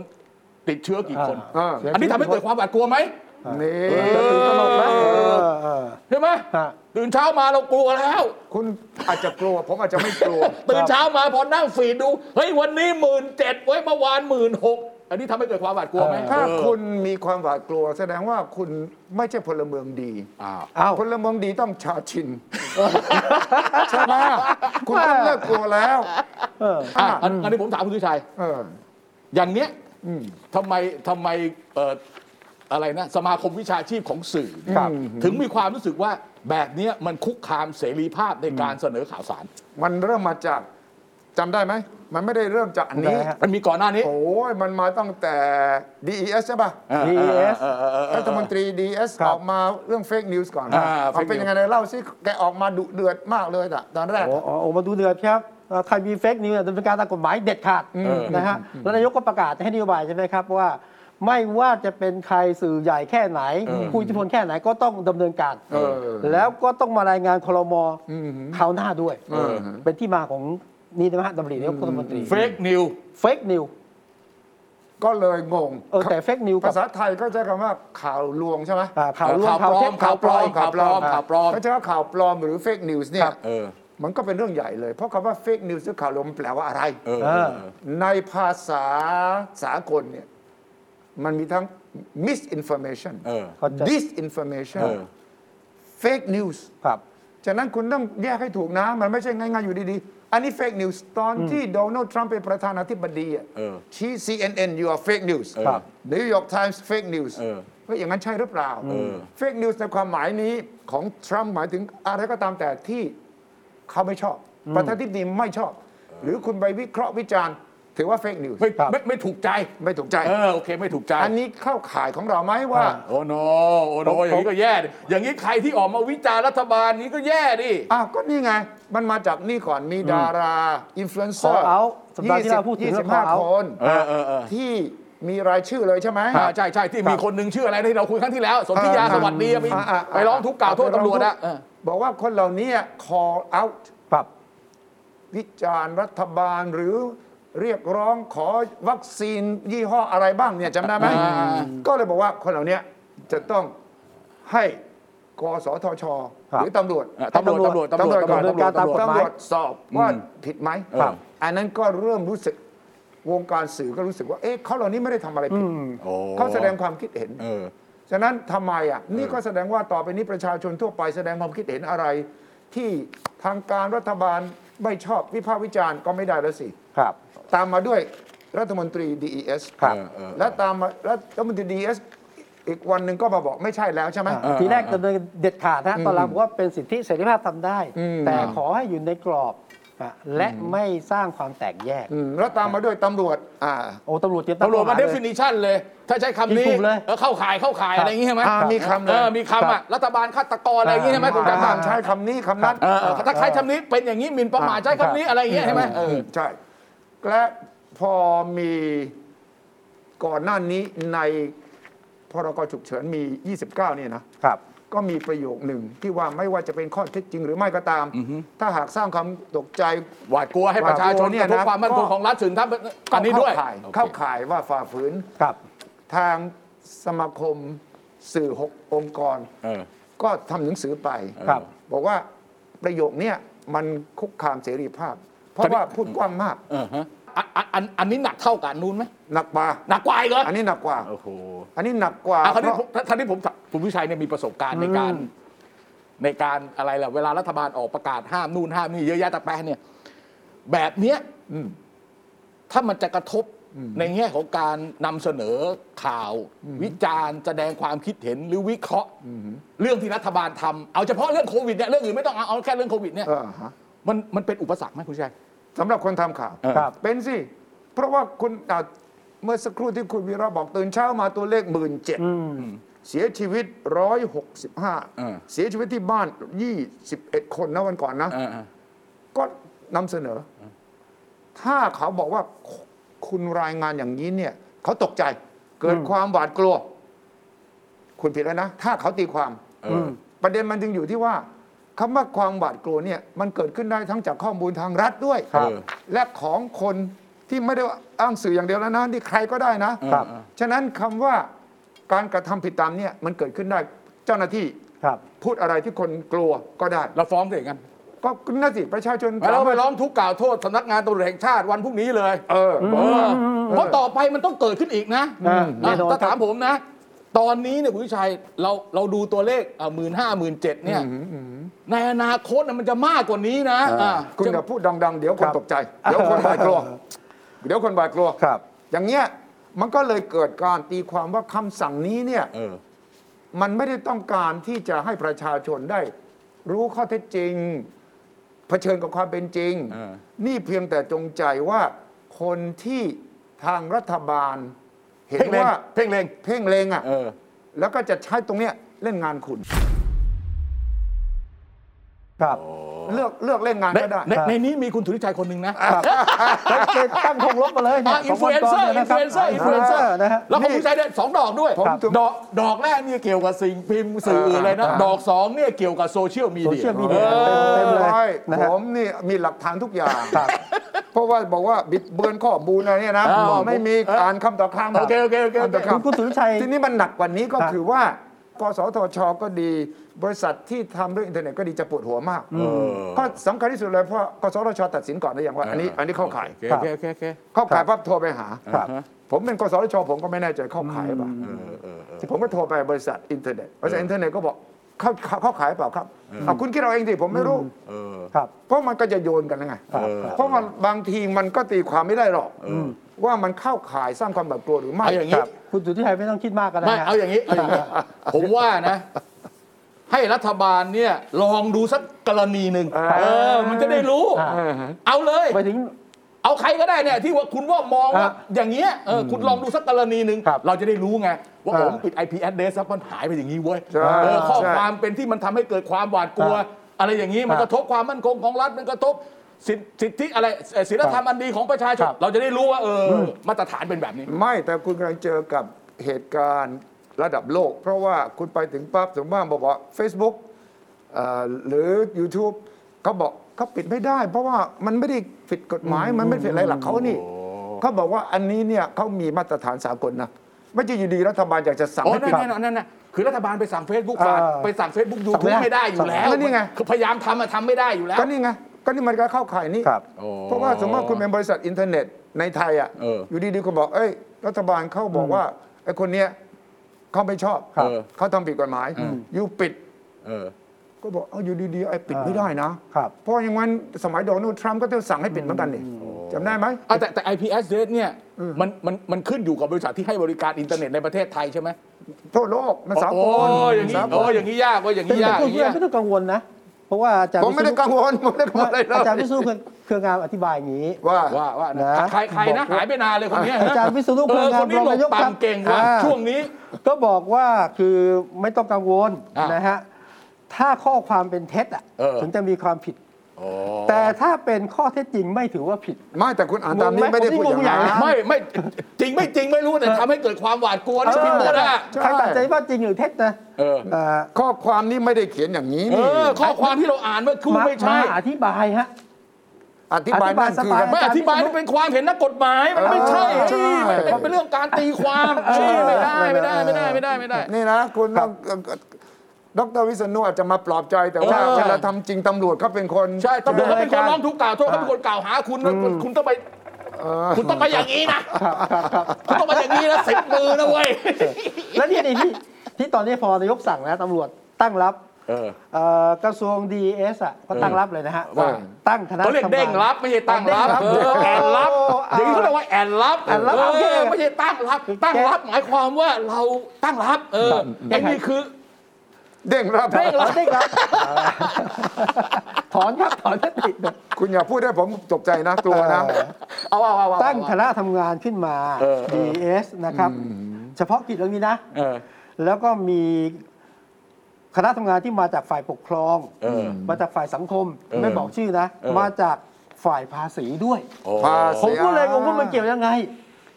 S3: ติดเชื้อกี่คน
S2: อ่า
S3: อันนี้ทำให้เกิดความหวาดกลัวไหม
S2: นี่
S1: จะตื่นตระหนกนะเออเออ
S3: ใช่ไหม
S1: ฮะ
S3: ตื่นเช้ามาเรากลัวแล้ว
S2: คุณอาจจะกลัว ผมอาจจะไม่กลัว
S3: ตื่นเช้ามาพอนั่งฟีดดูเฮ้ยวันนี้หมื่นเจ็ดเว้ยเมื่อวานหมื่นหกอันนี้ทำให้เกิดความหวาดกลัวไหม
S2: ถ้า
S3: เออ
S2: คุณมีความหวาดกลัว แสดงว่าคุณไม่ใช่พลเมืองดี
S3: อ้าว
S1: เอา
S2: พลเมืองดีต้องชาชินใช่ไหมคุณต้องเลิกกลัวแล้ว
S1: เออ
S3: อ่ะอันอันนี้ผมถามคุณสุชัย
S2: เออ
S3: อย่างเนี้ย
S2: อืม
S3: ทำไมทำไมเอ่ออะไรนะสมาคมวิชาชีพของสื่อเนี่ย
S1: ครับ
S3: ถึงมีความรู้สึกว่าแบบเนี้ยมันคุกคามเสรีภาพในการเสนอข่าวสาร
S2: มันเริ่มมาจากจำได้ไหม มันไม่ได้เริ่มจากอันนี้
S1: ได้ฮะ
S3: มันมีก่อนหน้านี้
S2: โอ้ยมันมาตั้งแต่ DES ใช่ป่ะ
S3: เออ
S1: DES
S3: เออเออเออเออ
S2: รัฐมนตรี DES
S1: ครับ
S2: ออกมาเรื่องเฟกนิวส์ก่อน
S3: อ่า
S2: เอาเป็น
S3: fake
S2: ยังไงเนี่ยเล่าสิแกออกมาดุเดือดมากเลยอะตอนแรก
S1: โอ้โหโอ้มาดูเดือดครับเอ่อใครมีเฟกนิวส์เนี่ยดำเนินการตามกฎหมายเด็ดขาดนะฮะแล้วนายกก็ประกาศให้นโยบายใช่ไหมครับว่า ไม่ว่าจะเป็นใครสื่อใหญ่แค่ไหนผู้อิทธิพลแค่ไหนก็ต้องดำเนินการ
S2: เออ
S1: แล้วก็ต้องมารายงานคลม
S2: อืม
S1: คราวหน้าด้วย
S2: เออ
S1: เป็นที่มาของนี่นะฮะดำรินายกรัฐมนตรี
S3: เฟกนิว
S1: เฟกนิว
S2: ก็เลยงง
S1: เออแต่เฟกนิวกั
S2: ภา
S1: บ
S2: ษาไทยก็ใช้คำว่าข่าวลวงใช่ไหม
S1: อ่าข่าวลวงข่าวเท็จ
S3: ข่าวปลอม
S1: ข่าวปลอม
S3: ข่าวปลอม
S2: เพราะฉะนั้นข่าวปลอมหรือเฟกนิวส์เนี่ย
S3: เออ
S2: มันก็เป็นเรื่องใหญ่เลย เพราะคำว่าเฟกนิวส์หรือข่าวลวงมันแปลว่าอะไร
S3: เออ
S1: เออ
S3: เออ
S2: ในภาษาสากลเนี่ยมันมีทั้ง misinformation
S3: เออ
S1: เข้าใจ
S2: disinformation
S3: เออ
S2: fake news
S1: ครับ
S2: ฉะนั้นคุณต้องแยกให้ถูกนะ มันไม่ใช่ง่ายๆอยู่ดีๆ อันนี้ fake news ตอนที่โดนัลด์ทรัมป์เป็นประธานาธิบดีอะ
S3: เออ
S2: ชี้ CNN you are fake news
S1: ครับ
S2: New York Times fake news
S3: เออ
S2: ว่าอย่างนั้นใช่หรือเปล่า
S3: เออ
S2: fake news ในความหมายนี้ของทรัมป์หมายถึงอะไรก็ตามแต่ที่เขาไม่ชอบ ประธานาธิบดีไม่ชอบ หรือคุณไปวิเคราะห์วิจารณ์ ถือว่า fake news
S3: ไม่
S1: ครับ
S3: ไม่ไม่ถูกใจ
S2: ไม่ถูกใจ
S3: เออโอเคไม่ถูกใจ
S2: อันนี้เข้าข่ายของเราไหมว่า
S3: โอ้โนโอ้โนอย่างนี้ก็แย่ดิอย่างนี้ใครที่ออกมาวิจารณ์รัฐบาลนี้ก็แย่ดิ
S2: อ้าวก็นี่ไง มันมาจากนี่ก่อนมีดาราอินฟลูเอนเซอร์
S1: Call out สัปดาห์ที่เราพูดถึง
S2: ยี่สิบ
S1: เรื่อง Call
S2: ห้า
S1: out
S2: คน
S3: เออเออเออ
S2: ที่มีรายชื่อเลยใช่ไหม
S3: อ่าใช่ใช่ที่มีคนหนึ่งชื่ออะไรที่เราคุยครั้งที่แล้ว สนธิยา
S2: เออ
S3: สวัสดีอะมี
S2: อ่าอ่า
S3: ไปร้องทุกข์กล่าวโทษตำรวจอะ
S2: ไปงทุกข์บอกว่าคนเหล่านี้ call out
S1: ครับ
S2: วิจารณ์รัฐบาลหรือ เรียกร้องขอวัคซีนยี่ห้ออะไรบ้างเนี่ยจำได้ไหม
S3: อ่า
S2: ก็เลยบอกว่าคนเหล่าเนี้ยจะต้องให้กสทช
S1: ครับ
S2: หรือตำรวจ
S3: อ่ะตำรวจตำรวจ
S2: ตำ
S3: ตำรวจ
S2: รวจก่อน
S3: ตำรวจตำรวจ
S2: ตำรวจสอบว่า
S3: อืม
S2: ผิดไหม
S3: ครับ
S2: อันนั้นก็เริ่มรู้สึกวงการสื่อก็รู้สึกว่า เอ๊ะเขาเหล่านี้ไม่ได้ทำอะไรผิด
S3: โอ้
S2: เขาแสดงความคิดเห็น
S3: เออ
S2: ฉะนั้นทำไมอ่ะนี่ก็แสดงว่าต่อไปนี้ประชาชนทั่วไปแสดงความคิดเห็นอะไร ที่ทางการรัฐบาลไม่ชอบวิพากษ์วิจารณ์ก็ไม่ได้แล้วสิ
S1: ครับ
S2: ตามมาด้วยรัฐมนตรี DES
S1: ครับ
S3: เออเออ
S2: และตามมารัฐมนตรี DES อีกวันหนึ่งก็มาบอกไม่ใช่แล้วใช่ไหม
S3: เออ
S1: ทีแรกดำเนินเด็ดขาดนะฮะตอนหลังบอกว่าเป็นสิทธิเสรีภาพทำได้
S2: อืม
S1: แต่ขอให้อยู่ในกรอบอ่ะและไม่สร้างความแตกแยก
S2: มแล้วตามมาด้วยตำรวจอ่า
S1: โอ้ตำรวจเตรียมง
S3: ตำรวจ
S1: ข้อ
S3: มา
S1: ห
S3: definition เลย ถ้าใช้คำ
S1: ยิ
S3: นี้
S1: งกลุ่มเลย
S3: เออเข้าขายเข้าขาย
S1: ครับ
S3: อะไรอย่างงี้ใช่ไหม
S2: อ่ามีคำเลย
S3: เออมีคำอ่ะรัฐบาลฆาตกรอะไรอย่างงี้ใช่ไหมผมจำ
S2: ตาม
S3: ได้
S2: ใช้คำนี้คำนั้น
S3: เออเออถ้าใช้คำนี้เป็นอย่างนี้หมิ่นประมาทใช้คำนี้อะไรอย่างเงี้ยใช่ไหมเออ
S2: ใช่ และพอมีก่อนหน้านี้ในพรกฉุกเฉินมี 29 เนี่ยนะ
S1: ครับ
S2: ก็มีประโยคหนึ่งที่ว่าไม่ว่าจะเป็นข้อเท็จจริงหรือไม่ก็ตาม ถ้าหากสร้างความตกใจ
S3: หวาดกลัวให้ประชาช
S2: หวาดก
S3: น
S2: ลัวเนี่
S3: ก
S2: ย
S3: ระทบ
S2: นะ
S3: ความมั่นคง
S2: ก็
S3: ของรัฐสื่อทัพอันนี้ด้วย
S2: เข้าข่ายเข้าข่ายว่าฝ่าฝืน
S1: ครับ
S2: ทางสมาคมสื่อ 6 องค์กร
S3: เออ
S2: ก็ทำหนังสือไป
S1: ครับ
S2: บอกว่าประโยคเนี้ยมันคุกคามเสรีภาพ เพราะว่าพูดกว้างมาก
S3: เออฮะอันอันอันอันนี้หนักเท่ากับอันนู้นไหม
S2: หนักกว่า
S3: หนักกว่าอีกเหรอ
S2: อันนี้หนักกว่า
S3: โอ้โห
S2: อันนี้หนักกว่า
S3: อ่ะคราวนี้
S2: เพ
S3: ผม
S2: ราะ
S3: คราวนี้ผมคุณวิชัยเนี่ยมีประสบการณ์ในการ ในการอะไรล่ะเวลารัฐบาลออกประกาศห้ามนู่นห้ามนี่เยอะแยะแต่แปะเนี่ย แบบเนี้ย
S2: อืม
S3: ถ้ามันจะกระทบในแง่ของการนำเสนอข่าว วิจารณ์แสดงความคิดเห็นหรือวิเคราะห์เรื่องที่รัฐบาลทำเอาเฉพาะเรื่องโควิดเนี่ยเรื่องอื่นไม่ต้องเอาเอาแค่เรื่องโควิดเนี่ย
S2: เออฮะ
S3: มันมันเป็นอุปสรรคไหมคุณวิชัย
S2: สำหรับคนทำข่าว
S3: เออ
S1: ครับ
S2: เป็นสิ เพราะว่าคุณอ่ะเมื่อสักครู่ที่คุณวีระบอกตื่นเช้ามาตัวเลขหมื่นเจ็ด
S1: อืม
S2: เสียชีวิต
S3: เออ
S2: 165 เสียชีวิตที่บ้าน 21 คนนะวันก่อนนะ
S3: เออเออ
S2: ก็นำเสนอ ถ้าเขาบอกว่าคุคุณรายงานอย่างนี้เนี่ย เขาตกใจเกิดความหวาดกลัว คุณผิดแล้วนะ ถ้าเขาตีความ
S3: เออ
S2: ประเด็นมันจึงอยู่ที่ว่าคำว่าความหวาดกลัวเนี่ยมันเกิดขึ้นได้ทั้งจากข้อมูลทางรัฐด้วย
S1: ครับ
S2: และของคนที่ไม่ได้อ้างสื่ออย่างเดียวแล้วนะนี่ใครก็ได้นะครับ ฉะนั้นคำว่าการกระทำผิดตามเนี่ยมันเกิดขึ้นได้เจ้าหน้าที่
S1: ครับ
S2: พูดอะไรที่คนกลัวก็ได้
S3: เราฟ้องสิกัน
S2: ก็น่าสิประชาชน
S3: เราไป
S2: ถ
S3: ร้องทุกข์กล่าวโทษสำนักงานตำรวจแห่งชาติวันพรุ่งนี้เลย
S2: เออ
S3: เออเพราะต่อไปมันต้องเกิดขึ้นอีกนะ
S1: อ่าแน่นอน
S3: ถ้า
S1: ครับ
S3: ถามผมนะ ตอนนี้เนี่ยคุณวิชัยเราเราดูตัวเลขหมื่นห้าหมื่นเจ็ดเนี่ยในอนาคตน่ะมันจะมากกว่านี้นะอ่า
S2: คุณอย่าพูดดัง ๆ เดี๋ยวคนตกใจ เดี๋ยวคนหวาดกลัว เดี๋ยวคนหวาดกลัว
S1: ครับ
S2: อย่างเงี้ยมันก็เลยเกิดการตีความว่าคำสั่งนี้เนี่ย
S3: เออ
S2: มันไม่ได้ต้องการที่จะให้ประชาชนได้ รู้ข้อเท็จจริง เผชิญกับความเป็นจริง
S3: เออ
S2: นี่เพียงแต่จงใจว่าคนที่ทางรัฐบาล เห็น
S3: เพ่งเลง
S2: ว่า
S3: เพ่งเลง
S2: เพ่งเลงอ่ะ
S3: เออ
S2: แล้วก็จะใช้ตรงเนี้ยเล่นงานคุณ
S1: ครับ
S2: เลือกเลือกเล่นงาน
S3: ใน
S2: ก็ได้
S3: ในในนี้มีคุณถุนิชัยคนหนึ่งนะ
S1: ไปเกณฑ์ตั้งธงลบมาเลย
S3: อ่ะ
S1: สงวั
S3: influencer
S1: ก่ยะคบ
S3: influencer influencer
S1: นะฮะ
S3: แล้วของคุณวิชัยได้สองดอกด้วย
S2: ผมถึง
S3: ดอกดอกแรกเนี่ยเกี่ยวกับสิ่งพิมพ์สื่ออื่นเลยนะ
S1: อ่า
S3: ดอกสองเนี่ยเกี่ยวกับโซเชียลมี
S1: โซ
S3: เดีย
S1: เชียลมีเดียเต็มเต็มๆเลย
S2: โอ้ย
S1: นะ
S2: ผ
S1: ฮะ
S2: มนี่มีหลักฐานทุกอย่าง
S1: ครับ
S2: เพราะว่าบอกว่าบิดเบือนข้อมูลอะไรเนี่ยนะ
S3: อ้าว
S2: บอกไม่มี
S3: เอออ่
S2: อ่านคำต่อคำ
S3: โอเคโอเคโอเค
S2: านต่ำ
S1: คุณคุณสุรชัย
S2: ทีนี้มันหนักกว่านี้ก็
S1: ครับ
S2: คือว่ากสทช ก็ดี บริษัทที่ทำเรื่องอินเทอร์เน็ตก็ดีจะปวดหัวมาก
S3: เออ
S2: ก็สำคัญที่สุดเลยเพราะกสทช ตัดสินก่อนได้ยังว่าอันนี้อันนี้เข้าข่าย
S3: โอเคโอเคโอเค
S2: เข้าข่า
S1: ค
S2: ย
S1: รับ
S2: ปั๊บโทรไปหา
S1: ครับ
S2: ผมเป็นกสทช ผมก็ไม่แน่ใจเข้าข่ายหรือเปล่ะ
S3: เออเออเออ
S2: ผมก็โทรไปบริษัทอินเทอร์เน็ตบริษัทอินเทอร์เน็ตก็บอกเข้าเข้าเข้าข่ายหรือเปล่าครับเอาคุณคิดเอาเองสิผมไม่รู้
S3: เออ
S1: ครับ
S2: เพราะมันก็จะโยนกันแล้วไง
S1: ครับ
S2: เพราะมันบางทีมันก็ตีความไม่ได้หรอกว่ามันเข้าข่ายสร้างความแบบกลัวหรือไม่
S3: เอาอย่างนี้
S2: ครับ
S1: คุณสุทธิชัยไม่ต้องคิดมากก็ได้
S3: ไม่
S1: ฮะ
S3: เอาอย่างนี้เอาอย่างนี้ ผมว่านะ ให้รัฐบาลเนี่ยลองดูสักกรณีหนึ่ง
S2: อ่า
S3: เออ มันจะได้รู้
S1: อ่า
S3: เอาเลย
S1: ไปถึง
S3: เอาใครก็ได้เนี่ย ที่ว่าคุณว่ามองว่า
S1: อ่ะ
S3: อย่างเงี้ยเอออคุณลองดูสักกรณีหนึ่ง
S1: ครับ
S3: เราจะได้รู้ไง ว่า
S1: อ่า
S3: ผมปิด IP address แล้วมันหายไปอย่างนี้เว้ย
S2: ใช่
S3: เออข้อ
S2: ใช่
S3: ความเป็นที่มันทำให้เกิดความหวาดกลัว
S1: อ่ะ
S3: อะไรอย่างนี้มัน
S1: อ่ะ
S3: กระทบความมั่นคงของรัฐมันกระทบสิทธิสิทธิอะไรเอ่อศีลธรรมอันดีของประชาชน
S1: ครับ
S3: เราจะได้รู้ว่าเอออมาตรฐานเป็นแบบนี้
S2: ไม่แต่คุณกำลังเจอกับเหตุการณ์ระดับโลก เพราะว่าคุณไปถึงปั๊บถึงบ้านบอกว่า Facebook เอ่อหรือ YouTube เขาบอกเขาปิดไม่ได้ เพราะว่ามันไม่ได้ผิดกฎหมาย มันไม่ได้ผิดอะไรหลักเขานี่ เขาบอกว่าอันนี้เนี่ยเขามีมาตรฐานสากลนะไม่ใช่อยู่ดีรัฐบาลอยากจะสั่ง
S3: อ๋อ
S2: ให้
S3: นั่
S2: ปิ
S3: น
S2: ด
S3: แน่นอนนั่นน่ะคือรัฐบาลไปสั่ง Facebook ฝาก
S1: เออ
S3: ไปสั่ง Facebook ยู
S1: สั่
S3: ทูบ
S1: งไม่
S3: ไม่
S1: ได้
S3: ได้อยู่แล้ว
S2: สั่งไม่ได้ไง
S3: คือพยายามทำอะทำไม่ได้อยู่แล้ว
S2: ก็นี่ไงก็นี่มันก็เข้าข่ายนี่
S1: ครับ
S3: โอ้
S2: เพราะว่าสมมติว่าคุณเป็นบริษัทอินเทอร์เน็ตในไทยอ่ะ
S3: เออ
S2: อยู่ดีๆคุณบอกเอ้ยรัฐบาลเขาบอกว่าไอ้คนเนี้ยเขาไม่ชอบ
S3: ครับ
S2: เขาทำผิดกฎหมายอยู่ปิด
S3: เออ
S2: ก็บอกเอาอยู่ดีๆไอ้ปิด
S1: อ่า
S2: ไม่ได้นะครับ เพราะอย่างนั้นสมัยโดนัลด์ทรัมป์ก็ต้องสั่งให้ปิดเหมือนกันนี่จำได้ไหม
S3: อ่ะแต่แต่ IPS เนี่ยมันมันมันขึ้นอยู่กับบริษัทที่ให้บริการอินเทอร์เน็ตในประเทศไทยใช่ไหม
S2: ทั่วโลกมันสาก
S3: โอ้
S2: ล
S3: ยอย่างนี้
S2: สาก
S3: โอ้
S2: ล
S3: ยอย่างนี้ยากว่าอย่าง
S1: แต่
S3: นี้ยาก
S1: พ
S3: อ
S1: วก
S3: ย่าง
S1: เพื่อนไม่
S3: นี้ยาก
S1: ต้องกังวลนะ เพราะว่าอาจารย์
S2: ผมไม่ได้กังวลผมไม่ได้กังวลอะไรเล
S1: อาจารย์
S2: ย
S1: วิศนุเครืเครืองามอธิบายอย่างนี้
S2: ว่า
S3: ว่าว่า
S1: นะ
S3: นะใครใครนะ
S1: บอกว่า
S3: หายไปนานเลยคนเนี้ยนะ
S1: อาจารย์วิษณุเครื
S3: เอ
S1: องาม
S3: อคนนี้
S1: รอง
S3: หล
S1: นายก
S3: บตา
S1: ครั
S3: ม
S1: บ
S3: เก่งว่ะ
S1: อ่า
S3: ช่วงนี้
S1: ก็บอกว่าคือไม่ต้องกังวล
S3: อ่าน
S1: นะฮะถ้าข้อความเป็นเท็จอ่ะ
S3: เออ
S1: ถึงจะมีความผิด
S3: อ๋อ
S1: แต่ถ้าเป็นข้อเท็จจริงไม่ถือว่าผิด
S2: ไม่แต่คุณอ่านตามนี้ไม่ได้พูดอย่างนั้น
S1: งงห
S3: ไม่ไม่จริงไม่จริงไม่รู้แต่ทำให้เกิดความหวาดกลัวนี่ผิดหมดอ่ะ
S2: ใช่
S1: ใครตัดใจว่าจริงหรือเท็จนะ
S3: เออ
S1: เอ่อ
S2: ข้อความนี้ไม่ได้เขียนอย่างนี้
S3: เอ
S2: นี่
S3: อข้อความที่เราอ่านเมื่อครู่
S1: มา
S3: ไม่ใช่
S1: มาอธิบายฮะ
S2: อธิบายนั่นคือ
S1: อธิบายสบาย
S3: ไม่อธิบายนี่เป็นความเห็นนักกฎหมายมันไม่ใช่
S2: เออใช่
S3: มันเป็นเป็นเรื่องการตีความใช่ไม่ได้ไม่ได้ไม่ได้ไม่ได้ไม่ได้
S2: นี่นะคุณต้องดรวิษณุอาจจะมาปลอบใจแต่ว่า
S3: เออ
S2: เวลาทำจริงตำรวจก็เป็นคน
S3: ใช่ตำรวจเขาเป็นคน
S1: ใช่
S3: ร้องทุกข์กล่าวโทษเขาเป็นคนกล่าวหาคุณว่าคุณคุณต้องไปคุณต้องไปอย่างนี้ นะคุณต้องไปอย่างนี้นะสิบมือนะเว้ย
S1: แล้วนี่นี่ที่ที่ตอนนี้พอนายกสั่งนะตำรวจตั้งรับ
S3: เออ
S1: เอ่อกระทรวงดีเอสอ่ะก็ตั้งรับเลยนะฮะ
S3: ว่า
S1: ตั้งคณะ
S3: เขาเรียก
S1: ทำงาน
S3: เด้งรับไม่ใช่ตั้งรับ
S1: เด้งรับ
S3: เออแอนรับอย่างนี้เขาเรียกว่าแอนรับ
S1: แอนรับ
S3: เอ
S1: โอเค
S3: อไม่ใช่ตั้งรับ ตั้งรับหมายความว่าเราตั้งรับ เออไอ้นี่คือ
S2: เด้งรับ
S1: เด้งรับเด้งรับถอนครับถอนยตินะ
S2: คุณอย่าพูดให้ผมตกใจนะกลัวนะ
S1: เออ
S3: เอาเอาเอาเอา
S1: ตั้งคณะทำงานขึ้นมา
S3: เออเออ
S1: DS นะครับ เฉพาะกิจเรื่องนี้นะ
S3: เออ
S1: แล้วก็มีคณะทำงานที่มาจากฝ่ายปกครอง
S3: เออ
S1: มาจากฝ่ายสังคม
S3: เออ
S1: ไม่บอกชื่อนะ
S3: เออ
S1: มาจากฝ่ายภาษีด้วย
S2: ภา
S1: ผม
S2: ษี
S1: ก็เลยงงว่ามันเกี่ยวยังไง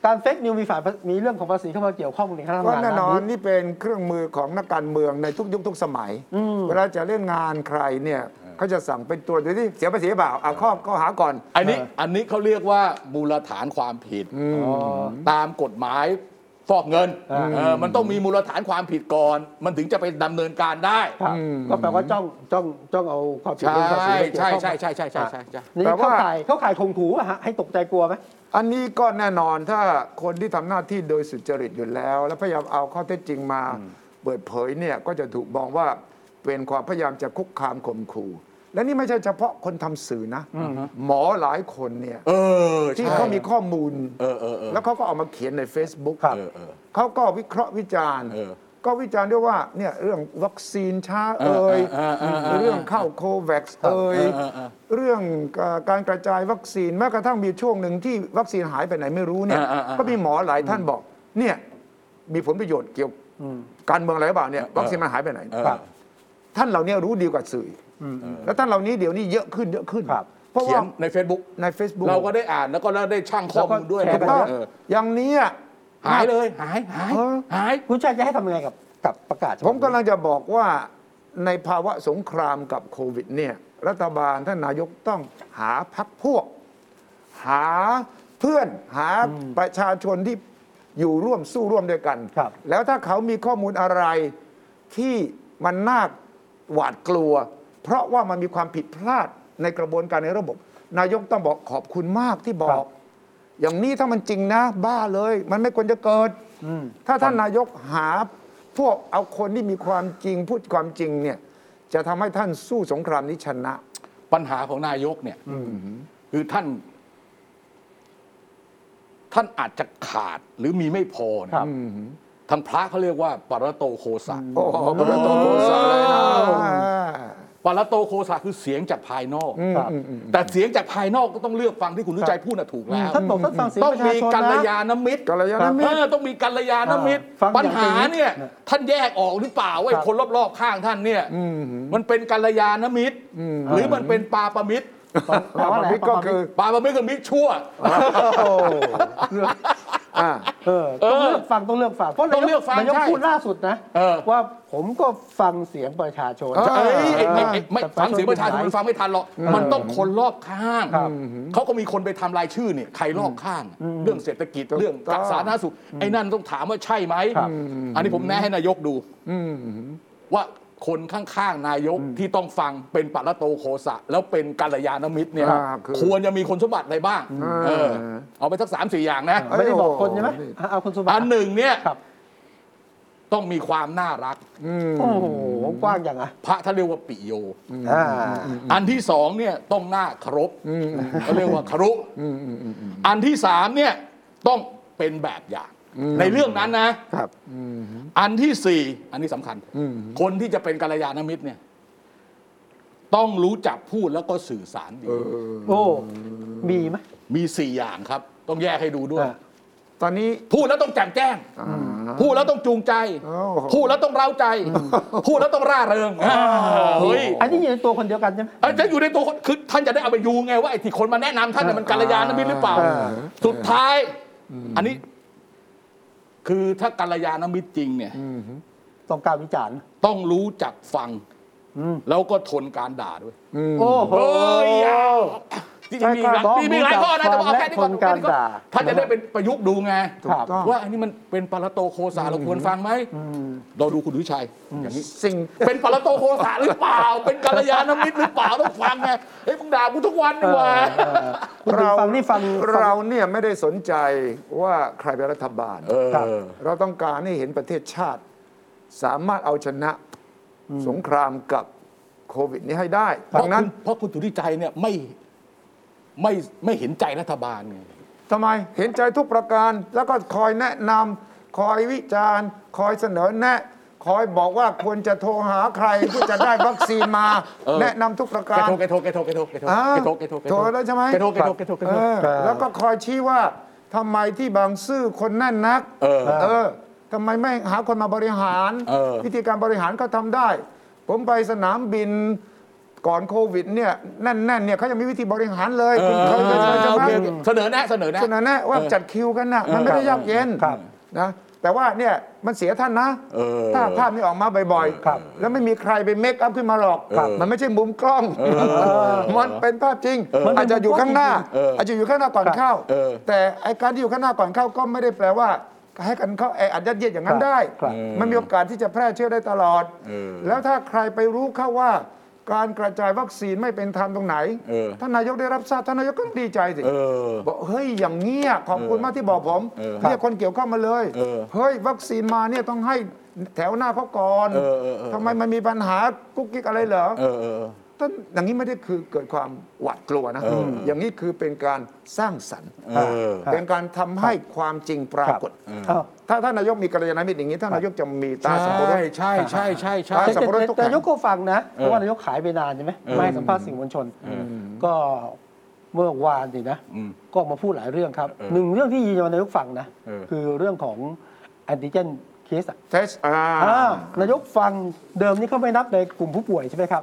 S1: การเฟกนิวมีฝ่ายมีเรื่องของภาษีเข้ามาเกี่ยวข้องในคณะทำ
S2: ก็
S1: งาน
S2: แน่นอน
S1: นี้
S2: นี่เป็นเครื่องมือของนักการเมืองในทุกยุคทุกสมัย
S1: อืม
S2: เวลาจะเล่นงานใครเนี่ยเขาจะสั่งเป็นตัวจดูที่เสียภาษีเปล่าเอาข้อข้อหาก่อน
S3: อันนี้อันนี้เขาเรียกว่ามูลฐานความผิด
S1: อ๋อ
S3: ตามกฎหมายฟอกเงิน
S1: อ่า
S3: เออมันต้องมีมูลฐานความผิดก่อน มันถึงจะไปดำเนินการได้
S1: ครับก็แปลว่าจ้องจ้องจ้องเอาความผิด
S3: ใช่
S1: เรื่องภาษีมาเกี่ยว
S3: ใช่
S1: ข้อง
S3: ใช่ใช่ใช่ใช่ใช่ใช่
S1: นี่
S2: แต่
S1: เข้า
S2: ว่า
S1: ข่ายเข้าข่ายข่มขู่ป่ะฮะให้ตกใจกลัวไหม
S2: อันนี้ก็แน่นอนถ้าคนที่ทำหน้าที่โดยสุจริตอยู่แล้ว แล้วพยายามเอาข้อเท็จจริงมาเปิดเผยเนี่ยก็จะถูกมองว่าเป็นความพยายามจะคุกคามข่มขู่ และนี่ไม่ใช่เฉพาะคนทำสื่อนะ หมอหลายคนเนี่ย
S3: เออ
S2: ที่
S3: ใช่
S2: เขามีข้อมูล
S3: เออเออเออ
S2: แล้วเขาก็เออกมาเขียนใน Facebook
S1: ครับ
S3: เออเออ
S2: เขาก็วิเคราะห์วิจารณ์
S3: เออ
S2: ก็วิจารณ์ด้วยว่าเนี่ยเรื่องวัคซีนช้า
S3: เอ
S2: เอ่
S3: อย เออเออเออ
S2: เรื่องเข้าโควัคซ์เอ่ย
S3: เออเออเออ
S2: เรื่องเอ่อการกระจายวัคซีนแม้กระทั่งมีช่วงหนึ่งที่วัคซีนหายไปไหนไม่รู้เนี่ย
S3: เออเออเออ
S2: ก็มีหมอหลายท่านบอกเนี่ยมีผลประโยชน์เกี่ยวการเมืองอะไรหรือเปล่าเนี่ยวัคซีนมันหายไปไหน
S3: เออ
S2: ท่านเหล่านี้รู้ดีกว่าสื่ออแล้วท่านเหล่านี้เดี๋ยวนี้เยอะขึ้นเยอะขึ้น
S1: ครับ
S2: เพราะ
S3: เขีย
S2: ว่าน
S3: ใน Facebook
S2: ใน Facebook
S3: เราก็ได้อ่านแล้วก็ได้ช่างข้อมูลด้วย
S1: แล้
S2: ถู
S1: ว
S2: กต้อ
S1: แช
S2: ง
S1: ร์ไป
S3: เออ
S2: อย่างเนี้ย
S3: หายเลยหายหาย
S2: เออ
S3: หาย
S1: คุณชาติจะให้ทำยังไงกับกับประกาศฉบับ
S2: ผม
S1: นี้
S2: กำลังจะบอกว่าในภาวะสงครามกับโควิดเนี่ยรัฐบาลท่านนายกต้องหาพักพวก หาเพื่อนหาประชาชนที่อยู่ร่วมสู้ร่วมด้วยกัน
S1: ครับ
S2: แล้วถ้าเขามีข้อมูลอะไรที่มันน่าหวาดกลัว เพราะว่ามันมีความผิดพลาดในกระบวนการในระบบ นายกต้องบอกขอบคุณมากที่บอก อย่างนี้ถ้ามันจริงนะ บ้าเลย มันไม่ควรจะเกิด
S1: อืม
S2: ถ้าท่านนายกหาพวกเอาคนที่มีความจริงพูดความจริงเนี่ยจะทำให้ท่านสู้สงครามนี้ชนะ
S3: ปัญหาของนายกเนี่ยคือท่าน ท่านอาจจะขาดหรือมีไม่พอเน
S1: ครั
S3: ย
S1: บ
S3: ทางพระเขาเรียกว่า ปรโตโคสะ
S2: โอ้โหพระโตโกสาเลยนะ
S3: ปรโตโคสะคือเสียงจากภายนอก
S2: อืม
S1: ครับ
S2: อืมอืม
S3: แต่เสียงจากภายนอกก็ต้องเลือกฟังที่คุณรุจัยพูดน่ะถูกแล้ว
S1: ท่านบอกท่านฟังเสียง
S3: ต้อ
S1: ป
S3: ง
S1: ระชา
S3: มี
S1: ชน
S3: กัลยา
S1: นะ
S3: ณมิตร
S2: กัลยาณมิ
S3: เอ
S2: ตร
S3: อต้องมีกัลยาณมิตร
S1: อ่าฟัง
S3: ปัญหาเนี่ย
S1: อย่างจริง
S3: ท่านแยกออกหรือเปล่าไอ้
S1: ครับ
S3: คนรอบๆข้างท่านเนี่ยมันเป็นกัลยาณมิตร หรือมันเป็นปาปมิตร
S1: แปลว่าอะไร
S2: พิกก็คือ
S3: ปาปมิตรคือมิตรชั่ว
S2: โอ้ อ่า
S1: เออต้องเลือกฟังต้องเลือกฟังเพราะนา
S3: ต้องเลื
S1: ย
S3: อก กฟัง
S1: นายก
S3: ใช่
S1: พูดล่าสุดนะ
S3: เออ
S1: ว่าผมก็ฟังเสียงประชาชน
S2: เอ
S3: เอ้ยไอ้ไอ้ไอ้ไม่
S1: แต่
S3: ฟังเสียงประชาชนมันฟังไม่ทันหรอก มันต้องคนรอบข้าง
S1: ครับ
S3: เขาก็มีคนไปทำรายชื่อเนี่ยใครรอบข้าง เรื่องเศรษฐกิจ
S2: ถูก
S3: เรื่อง
S2: ต้อง
S3: สาธารณสุขไอ้นั่นต้องถามว่าใช่ไหม
S1: ครับ
S3: อันนี้ผมแนะให้นายกดู
S2: อืม
S3: ว่าคนข้างๆ นายกที่ต้องฟังเป็นปัตโตโคสะ แล้วเป็นกัลยาณมิตรเนี่ย
S2: อ่าคือ
S3: ควรจะมีคุณสมบัติอะไรบ้าง
S2: อ่า
S3: เออเอาไปสักสามสี่อย่างนะ
S1: ไม่ได้บอกคนใช่ไหมเอาคุณสุภา
S3: อั
S1: พ
S3: นหนึ่งเนี่ย
S1: ครับ
S3: ต้องมีความน่ารัก
S2: อืม
S1: โอ้โหกว้างอย่างอ่ะ
S3: พระท่านเรียกว่าปิโย
S1: อ่า
S3: อันที่สองเนี่ยต้องหน้าเคารพเขาเรียกว่าคารุอันที่สามเนี่ยต้องเป็นแบบอย่าง ในเรื่องนั้นนะ
S2: ครับ
S3: อันที่สี่อันนี้สำคัญ คนที่จะเป็นกัลยาณมิตรเนี่ย ต้องรู้จักพูดแล้วก็สื่อสารดี
S1: โอ้มีไหม
S3: มีสี่อย่างครับ ต้องแยกให้ดูด้วย
S1: อ่า
S2: ตอนนี้
S3: พูดแล้วต้องแจ่มแจ้ง พูดแล้วต้องจูงใจ
S2: โอ้โห
S3: พูดแล้วต้องเร้าใจ พูดแล้วต้องร่าเริงเฮ้ย
S1: อันนี้อยู่ในตัวคนเดียวกันใช่ไหม
S3: เอ้ยจะอยู่ในตัวคนคือท่านจะได้เอาไปยูไงว่าไอ้ที่คนมาแนะนำท่านน่ะมันกัลยาณมิตรหรือเปล่า
S1: อ่า
S3: สุดท้าย อันนี้ คือถ้ากัลยาณมิตรจริงเนี่ย
S1: ต้องการวิจารณ์
S3: ต้องรู้จักฟัง
S1: อืม
S3: แล้วก็ทนการด่าด้วย
S1: โอ้โห
S3: เอ้ยอ่ะจริงๆมีหลายมีมีหลายข้อนะแต่ว่าเอาแค่นี้ก่อน
S1: และทนการด่า
S3: ท่านจะได้เป็นประยุกต์ดูไง
S1: ครับ
S2: ต้อง
S3: ว่าอันนี้มันเป็นปรโตโคสาเราควรฟังไหมเราดูคุณวิชัยอย่างนี้
S2: สิ่ง
S3: เป็นปรโตโคสาหรือเปล่า เป็นกัลยาณมิตรหรือเปล่าต้องฟังไงเฮ้ยมึงด่ากูทุกวันดีกว่า
S1: เออพูดถึงฟังนี่ฟังฟัง
S2: เราเนี่ยไม่ได้สนใจว่าใครเป็นรัฐบาล
S3: เออ
S1: ครับ
S2: เราต้องการให้เห็นประเทศชาติ สามารถเอาชนะสงครามกับโควิดนี้ให้ได้
S3: เพ
S2: ดั
S3: ราะ
S2: ง
S3: นั้
S2: นั้น
S3: นเพราะคุณสุทธิใจเนี่ยไม่ไม่ไม่เห็นใจรัฐบาลไง
S2: ทำไมเห็นใจทุกประการ แล้วก็คอยแนะนำคอยวิจารณ์ คอยเสนอแนะ คอยบอกว่าควรจะโทรหาใครเพื่อจะได้วัคซีนมา แนะนำทุกประ
S3: แก
S2: การ
S3: โทรแกโทรแกโทรแกโทรแกโทร
S2: อ่า
S3: แกโทรแกโทรแก
S2: โทรแล้วใช่ไหม
S3: แกโทรแกโทรแกโทรแกโทร
S2: เออ
S1: ครับ
S2: แล้วก็คอยชี้ว่าทำไมที่บางซื่อคนแน่นนัก
S3: เออ
S2: เออทำไมไม่หาคนมาบริหาร
S3: เออ
S2: วิธีการบริหารก็ทำได้ ผมไปสนามบินก่อนโควิดเนี่ยแน่นๆเนี่ยเขายังมีวิธีบริหารเลย
S3: เออ
S2: คุณเคยเคยเคยใช่
S3: โอ
S2: ไหม
S3: เคโอเคเสนอแนะเสนอแนะ
S2: ฉะนั้นนะว่าจัดคิวกันน่ะมันไม่ได้ยากเย็น
S1: ครับ
S2: นะแต่ว่าเนี่ยมันเสียท่านนะ
S3: เออ
S2: ถ้าภาพนี้ออกมาบ่อย
S1: ครับ
S2: ๆ แล้วไม่มีใครไปเมคอัพขึ้นมาหรอก มันไม่ใช่มุมกล้อง มันเป็นภาพจริง อาจจะอยู่ข้างหน้า อาจจะอยู่ข้างหน้าก่อนเข้า
S3: เออ
S2: แต่ไอการที่อยู่ข้างหน้าก่อนเข้าก็ไม่ได้แปลว่า ให้กันเข้าแออัดยัดเยียดอย่างนั้นได้
S1: ครับ
S2: มันมีโอกาสที่จะแพร่เชื้อได้ตลอด แล้วถ้าใครไปรู้เข้าว่า การกระจายวัคซีนไม่เป็นธรรมตรงไหน ท่านนายกได้รับทราบท่านนายกก็ต้องดีใจสิ
S3: เออ
S2: บอกเฮ้ยอย่างเงี้ยขอบคุณมากที่บอกผมเรียกคนเกี่ยวข้องมาเลย
S3: เออ
S2: เฮ้ยวัคซีนมาเนี่ยต้องให้แถวหน้าเขาก่อน
S3: เออเออเออ
S2: ทำไมมันมีปัญหากุ๊กกิ๊กอะไรเหรอ
S3: เออเออเออ
S2: ท่านอย่างนี้ไม่ได้คือเกิดความหวาดกลัวนะอย่างนี้คือเป็นการสร้างสรรค์
S3: เออ
S2: เป็นการทำให้ความจริงปรากฏ
S1: อ้าว
S2: ถ้าท่านนายกมีกัลยาณมิตรอย่างนี้ท่านนายกจะมีตาสัมปรถ
S3: ใช่ใช่ใช่ใช่
S2: ได้
S1: แต่
S2: สับปะรดทุก
S1: แต่
S2: ครั้ง
S1: นายกก็ฟังนะเพราะว่านายกขายไปนานใช่ไหมไม่ให้สัมภาษณ์สื่อมวลชน ก็เมื่อวานสินะ
S3: อืม
S1: ก็ออกมาพูดหลายเรื่องครับหนึ่งเรื่องที่ยืนยันนายกฟังนะ
S3: เออ
S1: คือเรื่องของแอนติเจนเคสอะ
S2: เทสอ่า
S1: อ่านายกฟังเดิมนี่เขาไม่นับในกลุ่มผู้ป่วยใช่ไหมครับ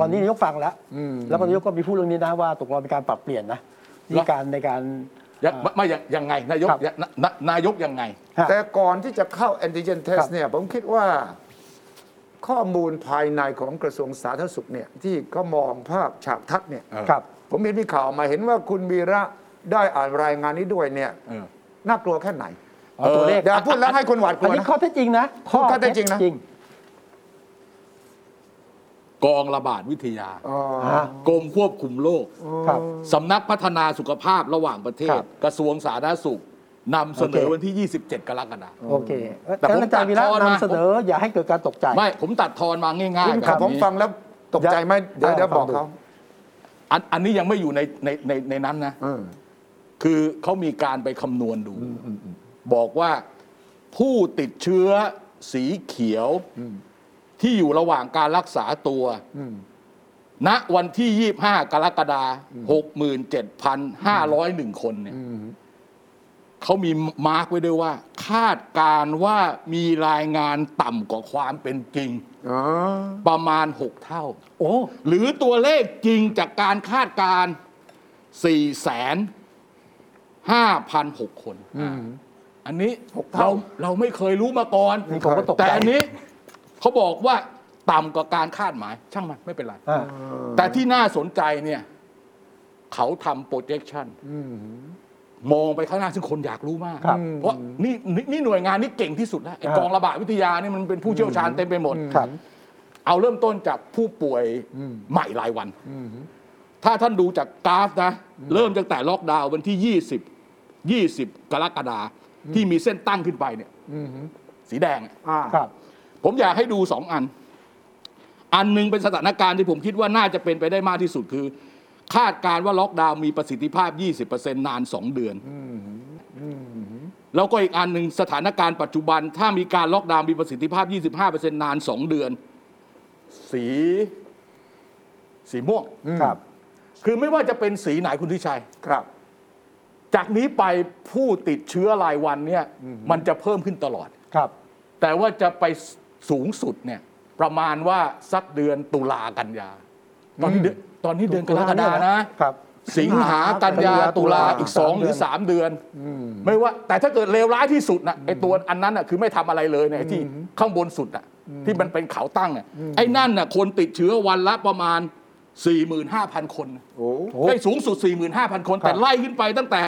S1: ตอนนี้นายกฟังแล้ว แล้วก็นายกก็มีพูดเรื่องนี้นะว่าตกลงเป็นการปรับเปลี่ยนนะมีการในการ
S3: ยังไม่ไม่ยังยังไงนายก
S1: ครับ
S3: ยังนานายกยังไง
S1: ฮะ
S2: แต่ก่อนที่จะเข้าแอนติเจนเทส
S1: ครับ
S2: เนี่ยผมคิดว่าข้อมูลภายในของกระทรวงสาธารณสุขเนี่ยที่เขามองภาพฉากทัศน์เนี่ย
S3: เออ
S1: ครับ
S2: ผมเห็นมีข่าวมาเห็นว่าคุณวีระได้อ่านรายงานนี้ด้วยเนี่ย
S3: เออ
S2: น่ากลัวแค่ไหน
S1: เอาตัวเลข
S2: เดี๋ยวพูดแล้วให้คนหวาดก
S1: อั
S2: ลั
S1: น
S2: ว
S1: นี้
S2: นะ
S1: ข้อเท็จจริงนะ
S2: ข้อเท็จจริงนะ
S1: จริง
S3: กองระบาดวิทยา
S2: อ๋อ
S1: ฮะ
S3: กรมควบคุมโรค
S1: ครับ
S3: สำนักพัฒนาสุขภาพระหว่างประเท
S1: ค
S3: ศ
S1: รับ
S3: กระทรวงสาธารณสุขนำเสนอ
S1: โอเควั
S3: วันที่ 27 กรกฎาคม
S1: โอเค
S3: แต่ผม
S1: อาจารย์วีระ
S3: ตัดตอนมา
S1: นำเสนออย่าให้เกิดการตกใจ
S3: ไม่ผมตัดทอนมาง่าย
S2: ค
S3: ๆแบ
S2: รับบ ผม
S3: นี้
S2: ฟังแล้วตกใจไหมเดี๋ยว
S1: เออ
S2: เดี๋ยว
S1: ฟั
S2: บ
S1: ง
S2: อก
S1: ดู
S2: เขา
S3: อันอันนี้ยังไม่อยู่ในในในในนั้นนะ
S2: เออ
S3: คือเขามีการไปคำนวณดู บอกว่าผู้ติดเชื้อสีเขียวที่อยู่ระหว่างการรักษาตัว ณวันที่ 25 กรกฎาคม67,501 คนเนี่ยเขามีมาร์กไว้ด้วยว่า คาดการณ์ว่ามีรายงานต่ำกว่าความเป็นจริง
S2: อ๋อ
S3: ประมาณ 6 เท่า
S1: โอ้
S3: หรือตัวเลขจริงจากการคาดการณ์4แสน5,006 คน อันนี้
S2: หกเท่า
S3: เราเราไม่เคยรู้มาก่อน
S1: นี่ผมก็ตกใจ
S3: แต่อันนี้เขาบอกว่าต่ำกว่าการคาดหมาย ช่างมันไม่เป็นไร
S1: อ่า
S3: แต่ที่น่าสนใจเนี่ยเขาทำ projection มองไปข้างหน้าซึ่งคนอยากรู้มาก
S1: ครับ
S3: เพราะนี่นี่นี่หน่วยงานนี่เก่งที่สุดแล้วไอ้
S1: อ่าก ก
S3: องระบาดวิทยานี่มันเป็นผู้เชี่ยวชาญเต็มไปหมด
S1: ครับ
S3: เอาเริ่มต้นจากผู้ป่วยใหม่รายวัน ถ้าท่านดูจากกราฟนะ เริ่มตั้งแต่ล็อกดาวน์วันที่ 20 20 กรกฎาที่มีเส้นตั้งขึ้นไปเนี่ยสีแดงอะ
S2: อ่า
S1: ครับ
S3: ผมอยากให้ดูสองอัน อันหนึงเป็นสถานการณ์ที่ผมคิดว่าน่าจะเป็นไปได้มากที่สุดคือ คาดการณ์ว่าล็อกดาวน์มีประสิทธิภาพ 20%นาน 2 เดือน แล้วก็อีกอันหนึ่งสถานการณ์ปัจจุบัน ถ้ามีการล็อกดาวน์มีประสิทธิภาพ 25%นาน 2 เดือน สี สีม่วง
S1: ครับ
S3: คือไม่ว่าจะเป็นสีไหนคุณทิชัย
S2: ครับ
S3: จากนี้ไปผู้ติดเชื้อรายวันเนี่ยมันจะเพิ่มขึ้นตลอด
S1: ครับ
S3: แต่ว่าจะไปสูงสุดเนี่ยประมาณว่าสักเดือนตุลากันยา ตอนนี้เดือนตอนนี้เดือนกรกฎานะ
S1: ครับ
S3: สิงหากันยาตุลาอีกสองหรือสามเดือน ไม่ว่า แต่ถ้าเกิดเลวร้ายที่สุดนะไอ้ตัวอันนั้นน่ะคือไม่ทำอะไรเลยเนี่ยไอ้ที่ข้างบนสุดน่ะที่มันเป็นเขาตั้งน่ะไอ้นั่นน่ะคนติดเชื้อวันละประมาณ 45,000 คน
S2: โอ้
S1: โอ้
S3: ได้สูงสุด 45,000 คน แต่ไล่ขึ้นไปตั้งแต่